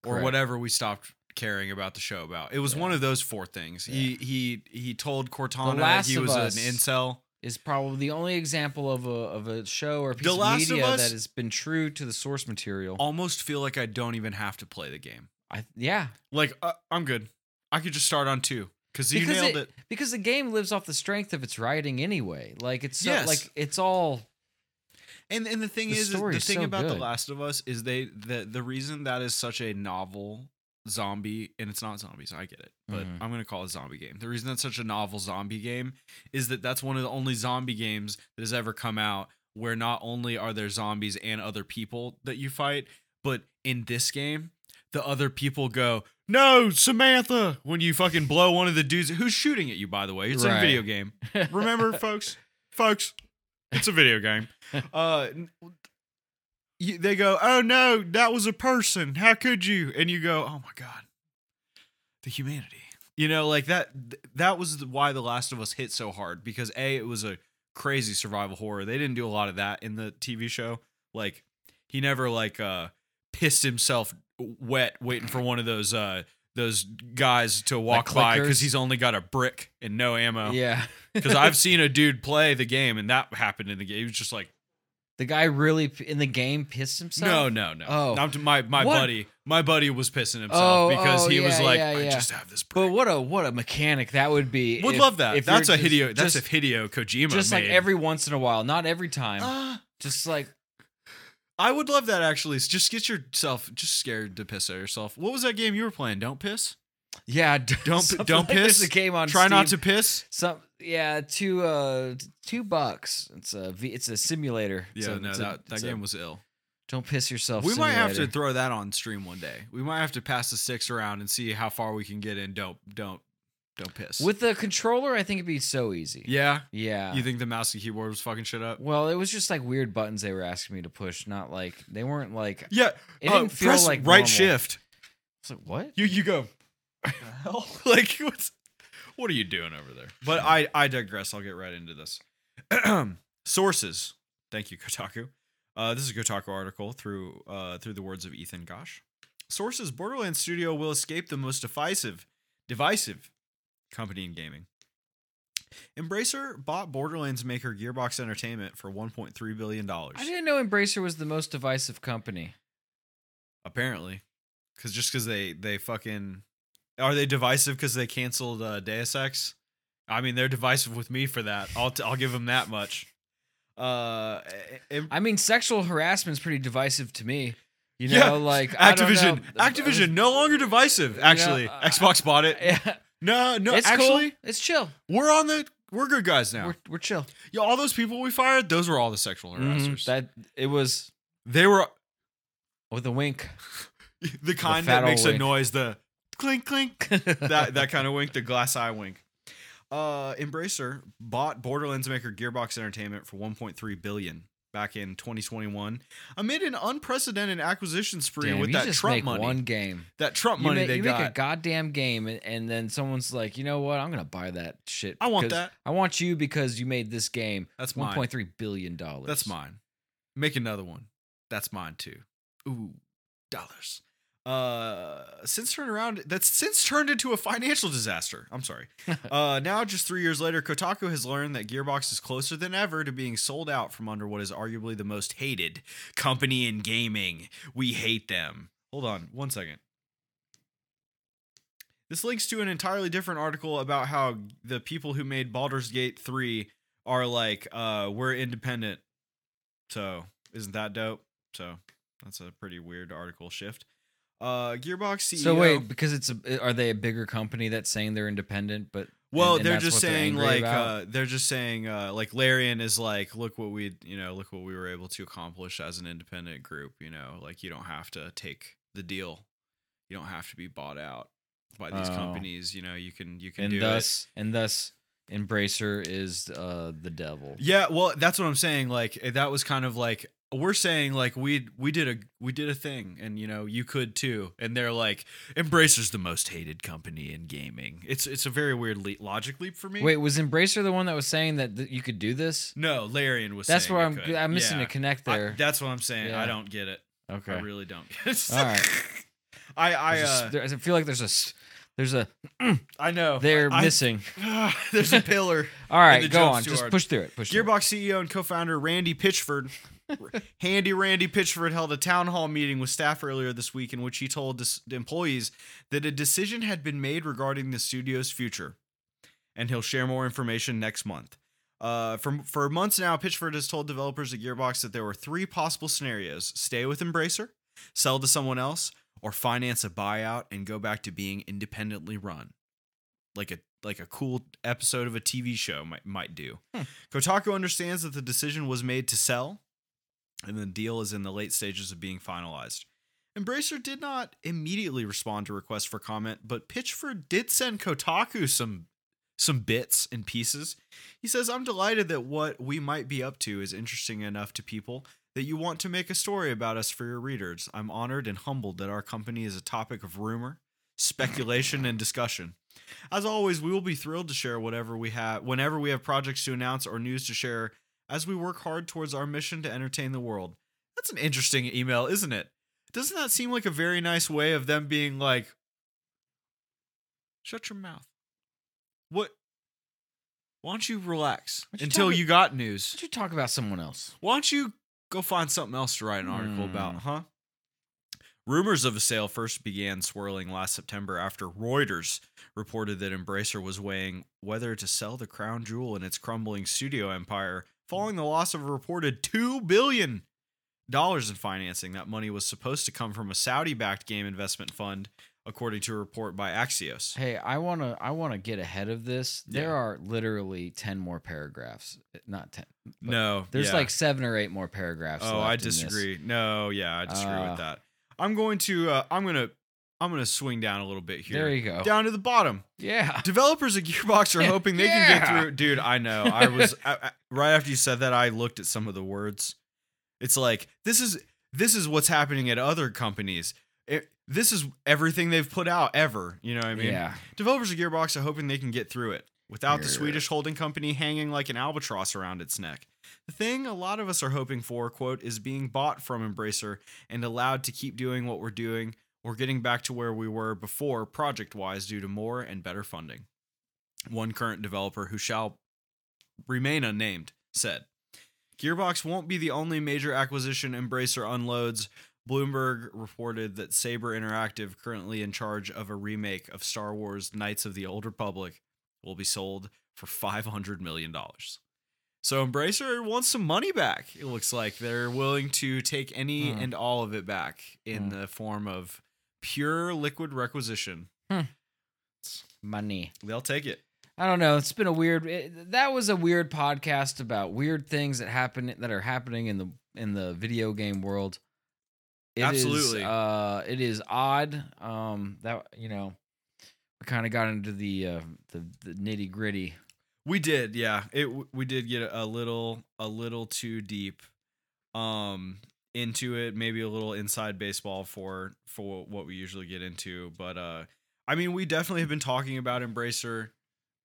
Speaker 6: Or
Speaker 5: Correct.
Speaker 6: whatever we stopped caring about the show about. It was
Speaker 5: Yeah.
Speaker 6: one of those four things. He he he told Cortana
Speaker 5: Last
Speaker 6: he
Speaker 5: of
Speaker 6: was
Speaker 5: Us.
Speaker 6: an incel.
Speaker 5: Is probably the only example of a of a show or a piece
Speaker 6: The
Speaker 5: of
Speaker 6: Last of
Speaker 5: media
Speaker 6: Us-
Speaker 5: that has been true to the source material.
Speaker 6: Almost feel like I don't even have to play the game.
Speaker 5: I, yeah,
Speaker 6: Like uh, I'm good. I could just start on two because you nailed it.
Speaker 5: because the game lives off the strength of its writing anyway. Like it's so,
Speaker 6: Yes.
Speaker 5: like it's all
Speaker 6: And and the thing
Speaker 5: The
Speaker 6: is, is
Speaker 5: story
Speaker 6: the
Speaker 5: is
Speaker 6: thing
Speaker 5: so
Speaker 6: about The
Speaker 5: good.
Speaker 6: Last of Us is they the the reason that is such a novel zombie and it's not zombies, I get it, but
Speaker 5: Mhm.
Speaker 6: I'm gonna call it zombie game. The reason that's such a novel zombie game is that that's one of the only zombie games that has ever come out where not only are there zombies and other people that you fight, but in this game, the other people go, "No, Samantha!" when you fucking blow one of the dudes who's shooting at you. By the way, it's a
Speaker 5: Right.
Speaker 6: video game. Remember, folks, folks, it's a video game. Uh, n- you, they go, "Oh no, that was a person. How could you?" And you go, "Oh my god, the humanity." You know, like that. th- That was the, why The Last of Us hit so hard because a it was a crazy survival horror. They didn't do a lot of that in the TV show. Like he never like uh pissed himself wet waiting for one of those uh those guys to walk by
Speaker 5: clickers?
Speaker 6: because he's only got a brick and no ammo.
Speaker 5: yeah.
Speaker 6: Because I've seen a dude play the game and that happened in the game. He was just like,
Speaker 5: The guy really p- in the game pissed himself.
Speaker 6: no, no, no.
Speaker 5: Oh.
Speaker 6: I'm t- my my
Speaker 5: What?
Speaker 6: buddy, my buddy was pissing himself
Speaker 5: Oh,
Speaker 6: because
Speaker 5: oh,
Speaker 6: he was
Speaker 5: yeah,
Speaker 6: like,
Speaker 5: yeah,
Speaker 6: I
Speaker 5: yeah.
Speaker 6: just have this. Brick.
Speaker 5: But what a what a mechanic that would be.
Speaker 6: Would
Speaker 5: if-
Speaker 6: love that.
Speaker 5: if
Speaker 6: that's a
Speaker 5: you're
Speaker 6: Hideo.
Speaker 5: just-
Speaker 6: That's
Speaker 5: just-
Speaker 6: a Hideo Kojima.
Speaker 5: just like
Speaker 6: made.
Speaker 5: every once in a while, not every time.
Speaker 6: Ah.
Speaker 5: just like
Speaker 6: I would love that actually. Just get yourself just scared to piss at yourself. What was that game you were playing? Don't piss.
Speaker 5: yeah, d-
Speaker 6: Don't-
Speaker 5: something
Speaker 6: don't
Speaker 5: like this
Speaker 6: piss.
Speaker 5: that came on.
Speaker 6: Try not to
Speaker 5: Steam.
Speaker 6: piss.
Speaker 5: Some yeah, two uh t- two bucks. It's a v- it's a simulator. It's
Speaker 6: Yeah,
Speaker 5: a-
Speaker 6: no,
Speaker 5: it's a-
Speaker 6: that, that
Speaker 5: it's a
Speaker 6: game was ill.
Speaker 5: Don't piss yourself.
Speaker 6: We might have to
Speaker 5: simulator.
Speaker 6: throw that on stream one day. We might have to pass the six around and see how far we can get in. Don't don't go piss.
Speaker 5: With the controller, I think it'd be so easy.
Speaker 6: yeah,
Speaker 5: Yeah.
Speaker 6: you think the mouse and keyboard was fucking shit up?
Speaker 5: well, it was just like weird buttons they were asking me to push, not like they weren't like
Speaker 6: Yeah,
Speaker 5: It
Speaker 6: uh,
Speaker 5: didn't feel
Speaker 6: press
Speaker 5: like
Speaker 6: right
Speaker 5: normal.
Speaker 6: shift.
Speaker 5: it's like what?
Speaker 6: You you go. like what's what are you doing over there? But I I digress. I'll get right into this. Sources. Thank you, Kotaku. Uh, this is a Kotaku article through uh, through the words of Ethan Gosh. Sources: Borderlands Studio will escape the most divisive, divisive company in gaming. Embracer bought Borderlands maker Gearbox Entertainment for 1.3 billion dollars.
Speaker 5: I didn't know Embracer was the most divisive company.
Speaker 6: Apparently, because just because they they fucking are they divisive because they canceled uh, Deus Ex? I mean, they're divisive with me for that. I'll t- I'll give them that much. Uh, em-
Speaker 5: I mean, sexual harassment is pretty divisive to me. You know,
Speaker 6: Yeah,
Speaker 5: like
Speaker 6: Activision,
Speaker 5: I don't know.
Speaker 6: Activision, no longer divisive.
Speaker 5: You know,
Speaker 6: Actually,
Speaker 5: I-
Speaker 6: Xbox bought it.
Speaker 5: Yeah,
Speaker 6: No, no,
Speaker 5: it's
Speaker 6: actually,
Speaker 5: cool. It's chill.
Speaker 6: we're on the we're good guys now.
Speaker 5: We're, we're chill.
Speaker 6: yeah, all those people we fired, those were all the sexual
Speaker 5: Mhm,
Speaker 6: harassers.
Speaker 5: That it was
Speaker 6: they were
Speaker 5: with a wink.
Speaker 6: the kind
Speaker 5: fat
Speaker 6: that
Speaker 5: old
Speaker 6: makes a
Speaker 5: wink.
Speaker 6: noise. The clink clink. that that kind of wink, the glass eye wink. Uh, Embracer bought Borderlands maker Gearbox Entertainment for 1.3 billion back in 2021 amid an unprecedented acquisition spree
Speaker 5: Damn,
Speaker 6: with
Speaker 5: you
Speaker 6: that
Speaker 5: just
Speaker 6: Trump
Speaker 5: make
Speaker 6: money.
Speaker 5: one game.
Speaker 6: That Trump
Speaker 5: You,
Speaker 6: money
Speaker 5: make,
Speaker 6: they
Speaker 5: you
Speaker 6: got.
Speaker 5: make a goddamn game, and, and then someone's like, you know what? I'm gonna buy that shit.
Speaker 6: I want
Speaker 5: 'cause-
Speaker 6: that.
Speaker 5: I want you because you made this game.
Speaker 6: That's mine.
Speaker 5: 1.3 billion dollars.
Speaker 6: That's mine. Make another one. That's mine too. Ooh, dollars. Uh, since turned around, that's since turned into a financial disaster. I'm sorry. uh, now just three years later, Kotaku has learned that Gearbox is closer than ever to being sold out from under what is arguably the most hated company in gaming. We hate them. Hold on one second. This links to an entirely different article about how the people who made Baldur's Gate 3 are like, uh, we're independent. So, isn't that dope? So, that's a pretty weird article shift. Uh, Gearbox E CEO.
Speaker 5: So wait, because it's a, are they a bigger company that's saying they're independent, but
Speaker 6: Well,
Speaker 5: and- and
Speaker 6: they're
Speaker 5: that's
Speaker 6: just
Speaker 5: what they're
Speaker 6: saying
Speaker 5: angry
Speaker 6: like
Speaker 5: about?
Speaker 6: uh, they're just saying uh, like Larian is like, look what we you know look what we were able to accomplish as an independent group. You know, like you don't have to take the deal, you don't have to be bought out by these
Speaker 5: Oh.
Speaker 6: companies. You know, you can you can
Speaker 5: and
Speaker 6: do it.
Speaker 5: thus and thus Embracer is uh, the devil.
Speaker 6: Yeah, well, that's what I'm saying. Like eh, that was kind of like we're saying like we we did a we did a thing, and you know you could too. And they're like, Embracer's the most hated company in gaming. It's it's a very weird le- logic leap for me.
Speaker 5: Wait, was Embracer the one that was saying that th- you could do this?
Speaker 6: no, Larian was.
Speaker 5: That's
Speaker 6: saying
Speaker 5: where
Speaker 6: it
Speaker 5: I'm
Speaker 6: could.
Speaker 5: I'm missing
Speaker 6: Yeah.
Speaker 5: a connect
Speaker 6: I-
Speaker 5: there.
Speaker 6: that's what I'm saying. I
Speaker 5: Yeah.
Speaker 6: don't get it.
Speaker 5: okay.
Speaker 6: I really don't. Get it.
Speaker 5: All right.
Speaker 6: I I
Speaker 5: There's a s-
Speaker 6: uh,
Speaker 5: there- I feel like there's a s- there's a
Speaker 6: I know
Speaker 5: they're
Speaker 6: I-
Speaker 5: missing.
Speaker 6: there's a pillar.
Speaker 5: All right,
Speaker 6: the
Speaker 5: go
Speaker 6: jump's
Speaker 5: on.
Speaker 6: too
Speaker 5: Just
Speaker 6: hard.
Speaker 5: push through it. Push through it.
Speaker 6: Gearbox CEO and co-founder Randy Pitchford, Handy Randy Pitchford, held a town hall meeting with staff earlier this week in which he told dis- employees that a decision had been made regarding the studio's future, and he'll share more information next month. Uh, for, for months now, Pitchford has told developers at Gearbox that there were three possible scenarios: stay with Embracer, sell to someone else, or finance a buyout and go back to being independently run, like a like a cool episode of a TV show might might do. Kotaku understands that the decision was made to sell, and the deal is in the late stages of being finalized. Embracer did not immediately respond to requests for comment, but Pitchford did send Kotaku some some bits and pieces. He says, "I'm delighted that what we might be up to is interesting enough to people that you want to make a story about us for your readers. I'm honored and humbled that our company is a topic of rumor, speculation, and discussion. As always, we will be thrilled to share whatever we have whenever we have projects to announce or news to share as we work hard towards our mission to entertain the world. That's an interesting email, isn't it? Doesn't that seem like a very nice way of them being like Shut your mouth. What why don't you relax
Speaker 5: What you
Speaker 6: until
Speaker 5: talking-
Speaker 6: you got news?
Speaker 5: Why don't you talk about someone else?
Speaker 6: Why don't you go find something else to write an article
Speaker 5: Hmm.
Speaker 6: about, huh? Rumors of a sale first began swirling last September after Reuters reported that Embracer was weighing whether to sell the crown jewel in its crumbling studio empire following the loss of a reported 2 billion dollars in financing. That money was supposed to come from a Saudi-backed game investment fund, according to a report by Axios.
Speaker 5: Hey, I wanna I wanna get ahead of this. There
Speaker 6: Yeah.
Speaker 5: are literally ten more paragraphs. Not ten. but
Speaker 6: No,
Speaker 5: There's
Speaker 6: yeah.
Speaker 5: like seven or eight more paragraphs.
Speaker 6: Oh,
Speaker 5: left
Speaker 6: I
Speaker 5: in this.
Speaker 6: disagree. No, yeah, I disagree
Speaker 5: Uh,
Speaker 6: with that. I'm going to uh, I'm going to I'm gonna swing down a little bit here.
Speaker 5: There you go.
Speaker 6: Down to the bottom.
Speaker 5: Yeah.
Speaker 6: Developers at Gearbox are hoping they can get
Speaker 5: Yeah.
Speaker 6: through. Dude, I know. I was I, I- right after you said that. I looked at some of the words. It's like this is this is what's happening at other companies. It- this is everything they've put out ever. You know what I mean?
Speaker 5: yeah.
Speaker 6: Developers of Gearbox are hoping they can get through it without the
Speaker 5: Yeah.
Speaker 6: Swedish holding company hanging like an albatross around its neck. The thing a lot of us are hoping for, quote, is being bought from Embracer and allowed to keep doing what we're doing or getting back to where we were before project wise due to more and better funding. One current developer who shall remain unnamed said. Gearbox won't be the only major acquisition Embracer unloads. Bloomberg reported that Saber Interactive, currently in charge of a remake of Star Wars Knights of the Old Republic, will be sold for $500 million. So Embracer wants some money back. It looks like they're willing to take any
Speaker 5: Hmm.
Speaker 6: and all of it back in the form of pure liquid requisition.
Speaker 5: Money.
Speaker 6: They'll take it.
Speaker 5: I don't know. It's been a weird. It, that was a weird podcast about weird things that happen that are happening in the in the video game world. It is,
Speaker 6: Absolutely.
Speaker 5: uh, it is odd. Um, that you know, we kind of got into the uh, the, the nitty gritty.
Speaker 6: We did, yeah. It we did get a little a little too deep um into it, maybe a little inside baseball for for what we usually get into, but uh I mean, we definitely have been talking about Embracer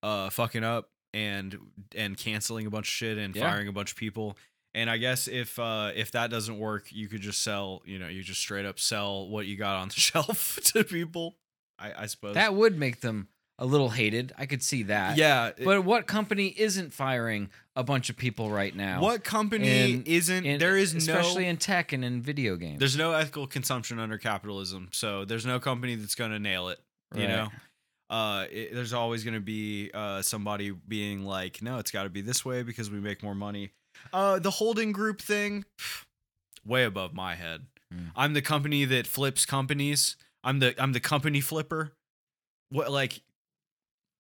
Speaker 6: uh fucking up and and canceling a bunch of shit and
Speaker 5: Yeah.
Speaker 6: firing a bunch of people. And I guess if uh if that doesn't work, you could just sell, you know, you just straight up sell what you got on the shelf to people. I I suppose.
Speaker 5: That would make them a little hated. I could see that.
Speaker 6: yeah. it-
Speaker 5: But what company isn't firing a bunch of people right now?
Speaker 6: what company
Speaker 5: And-
Speaker 6: isn't
Speaker 5: In-
Speaker 6: there is no
Speaker 5: especially in tech and in video games.
Speaker 6: There's no ethical consumption under capitalism, so there's no company that's going to nail it. You
Speaker 5: Right.
Speaker 6: know, uh, it, there's always going to be uh, somebody being like, "No, it's got to be this way because we make more money." Uh, the holding group thing, pff, way above my head.
Speaker 5: Mm.
Speaker 6: I'm the company that flips companies. I'm the I'm the company flipper. What like?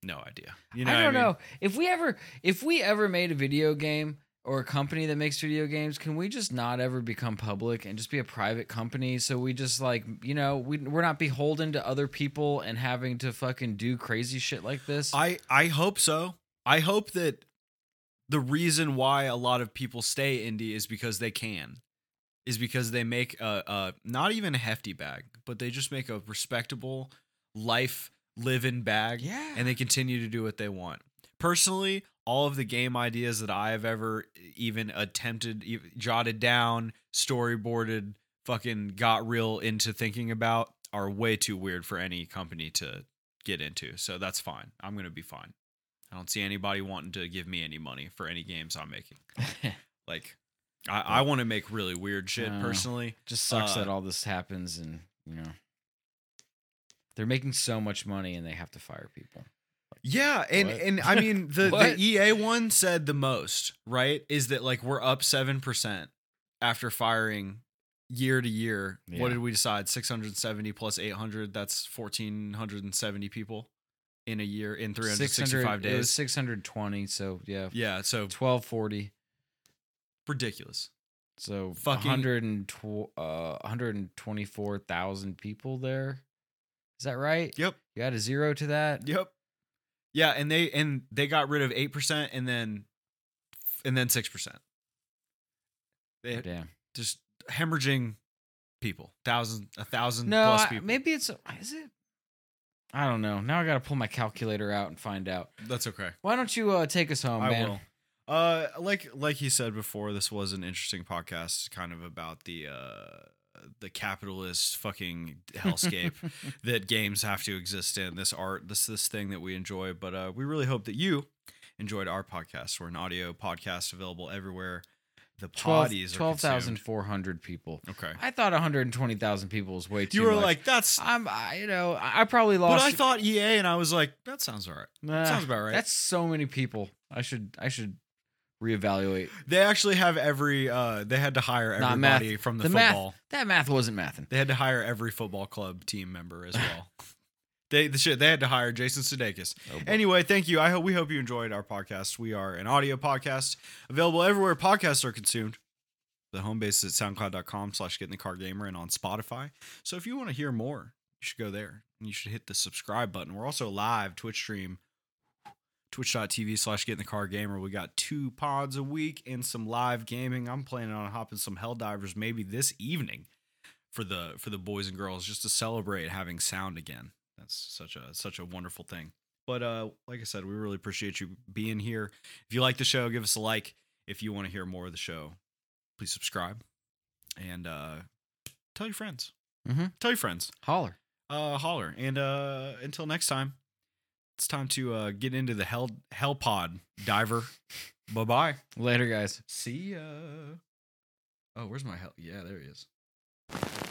Speaker 6: No idea. You know,
Speaker 5: I
Speaker 6: what
Speaker 5: don't
Speaker 6: mean?
Speaker 5: know if we ever if we ever made a video game or a company that makes video games, can we just not ever become public and just be a private company? So we just like you know we we're not beholden to other people and having to fucking do crazy shit like this.
Speaker 6: I I hope so. I hope that the reason why a lot of people stay indie is because they can, is because they make a, a not even a hefty bag, but they just make a respectable life live in bag,
Speaker 5: yeah,
Speaker 6: and they continue to do what they want. Personally, all of the game ideas that I have ever even attempted, e- jotted down, storyboarded, fucking got real into thinking about are way too weird for any company to get into. So that's fine. I'm going to be fine. I don't see anybody wanting to give me any money for any games I'm making. Like, I, I want to make really weird shit
Speaker 5: Uh,
Speaker 6: personally.
Speaker 5: just sucks
Speaker 6: uh,
Speaker 5: that all this happens and you know they're making so much money and they have to fire people.
Speaker 6: Yeah, and
Speaker 5: What?
Speaker 6: and I mean the the
Speaker 5: What?
Speaker 6: EA one said the most, right? Is that like we're up 7% after firing year to year. What
Speaker 5: Yeah.
Speaker 6: did we decide? 670 plus 800, that's 1470 people in a year in 365
Speaker 5: it was
Speaker 6: days.
Speaker 5: six hundred twenty. So yeah,
Speaker 6: Yeah, so
Speaker 5: twelve forty.
Speaker 6: ridiculous.
Speaker 5: So
Speaker 6: Fucking-
Speaker 5: 120 uh, 124,000 people there. Is that right?
Speaker 6: Yep.
Speaker 5: You add a zero to that?
Speaker 6: Yep. Yeah, and they and they got rid of 8% and then and then 6%. They
Speaker 5: Oh, Damn.
Speaker 6: just hemorrhaging people. Thousand a thousand
Speaker 5: No,
Speaker 6: plus
Speaker 5: I-
Speaker 6: people.
Speaker 5: maybe it's is it? I don't know. Now I got to pull my calculator out and find out.
Speaker 6: That's okay.
Speaker 5: Why don't you uh, take us home,
Speaker 6: I
Speaker 5: man?
Speaker 6: will. Uh, like like he said before, this was an interesting podcast, kind of about the uh the capitalist fucking hellscape that games have to exist in. This art, this this thing that we enjoy, but uh, we really hope that you enjoyed our podcast. We're an audio podcast available everywhere. The potties
Speaker 5: 12
Speaker 6: are
Speaker 5: 12,400 people.
Speaker 6: consumed. Okay,
Speaker 5: I thought 120,000 people was way too
Speaker 6: you were
Speaker 5: much.
Speaker 6: like that's.
Speaker 5: I'm, I, you know, I I probably
Speaker 6: But
Speaker 5: lost.
Speaker 6: I thought EA, and I was like, that sounds alright.
Speaker 5: Nah,
Speaker 6: sounds about right.
Speaker 5: That's so many people. I should, I should reevaluate.
Speaker 6: They actually have every. uh They had to hire
Speaker 5: Not math.
Speaker 6: everybody from the,
Speaker 5: The math.
Speaker 6: football.
Speaker 5: That math wasn't mathing.
Speaker 6: They had to hire every football club team member as well. they the shit they had to hire Jason Sudeikis. anyway, thank you. I hope we hope you enjoyed our podcast. We are an audio podcast available everywhere podcasts are consumed. The home base is at soundcloud.com slash get in the car gamer and on Spotify. So if you want to hear more, you should go there. You should hit the subscribe button. We're also live Twitch stream, twitch.tv slash get in the car gamer. We got two pods a week and some live gaming. I'm planning on hopping some Helldivers maybe this evening for the for the boys and girls just to celebrate having sound again. That's such a such a wonderful thing. But uh like I said, we really appreciate you being here. If you like the show, give us a like. If you want to hear more of the show, please subscribe and uh tell your friends.
Speaker 5: Mhm.
Speaker 6: Tell your friends
Speaker 5: Holler.
Speaker 6: uh, holler. And uh, until next time, it's time to uh, get into the hell hell pod diver. bye bye.
Speaker 5: Later, guys.
Speaker 6: See ya. Oh, where's my hell? Yeah, there he is.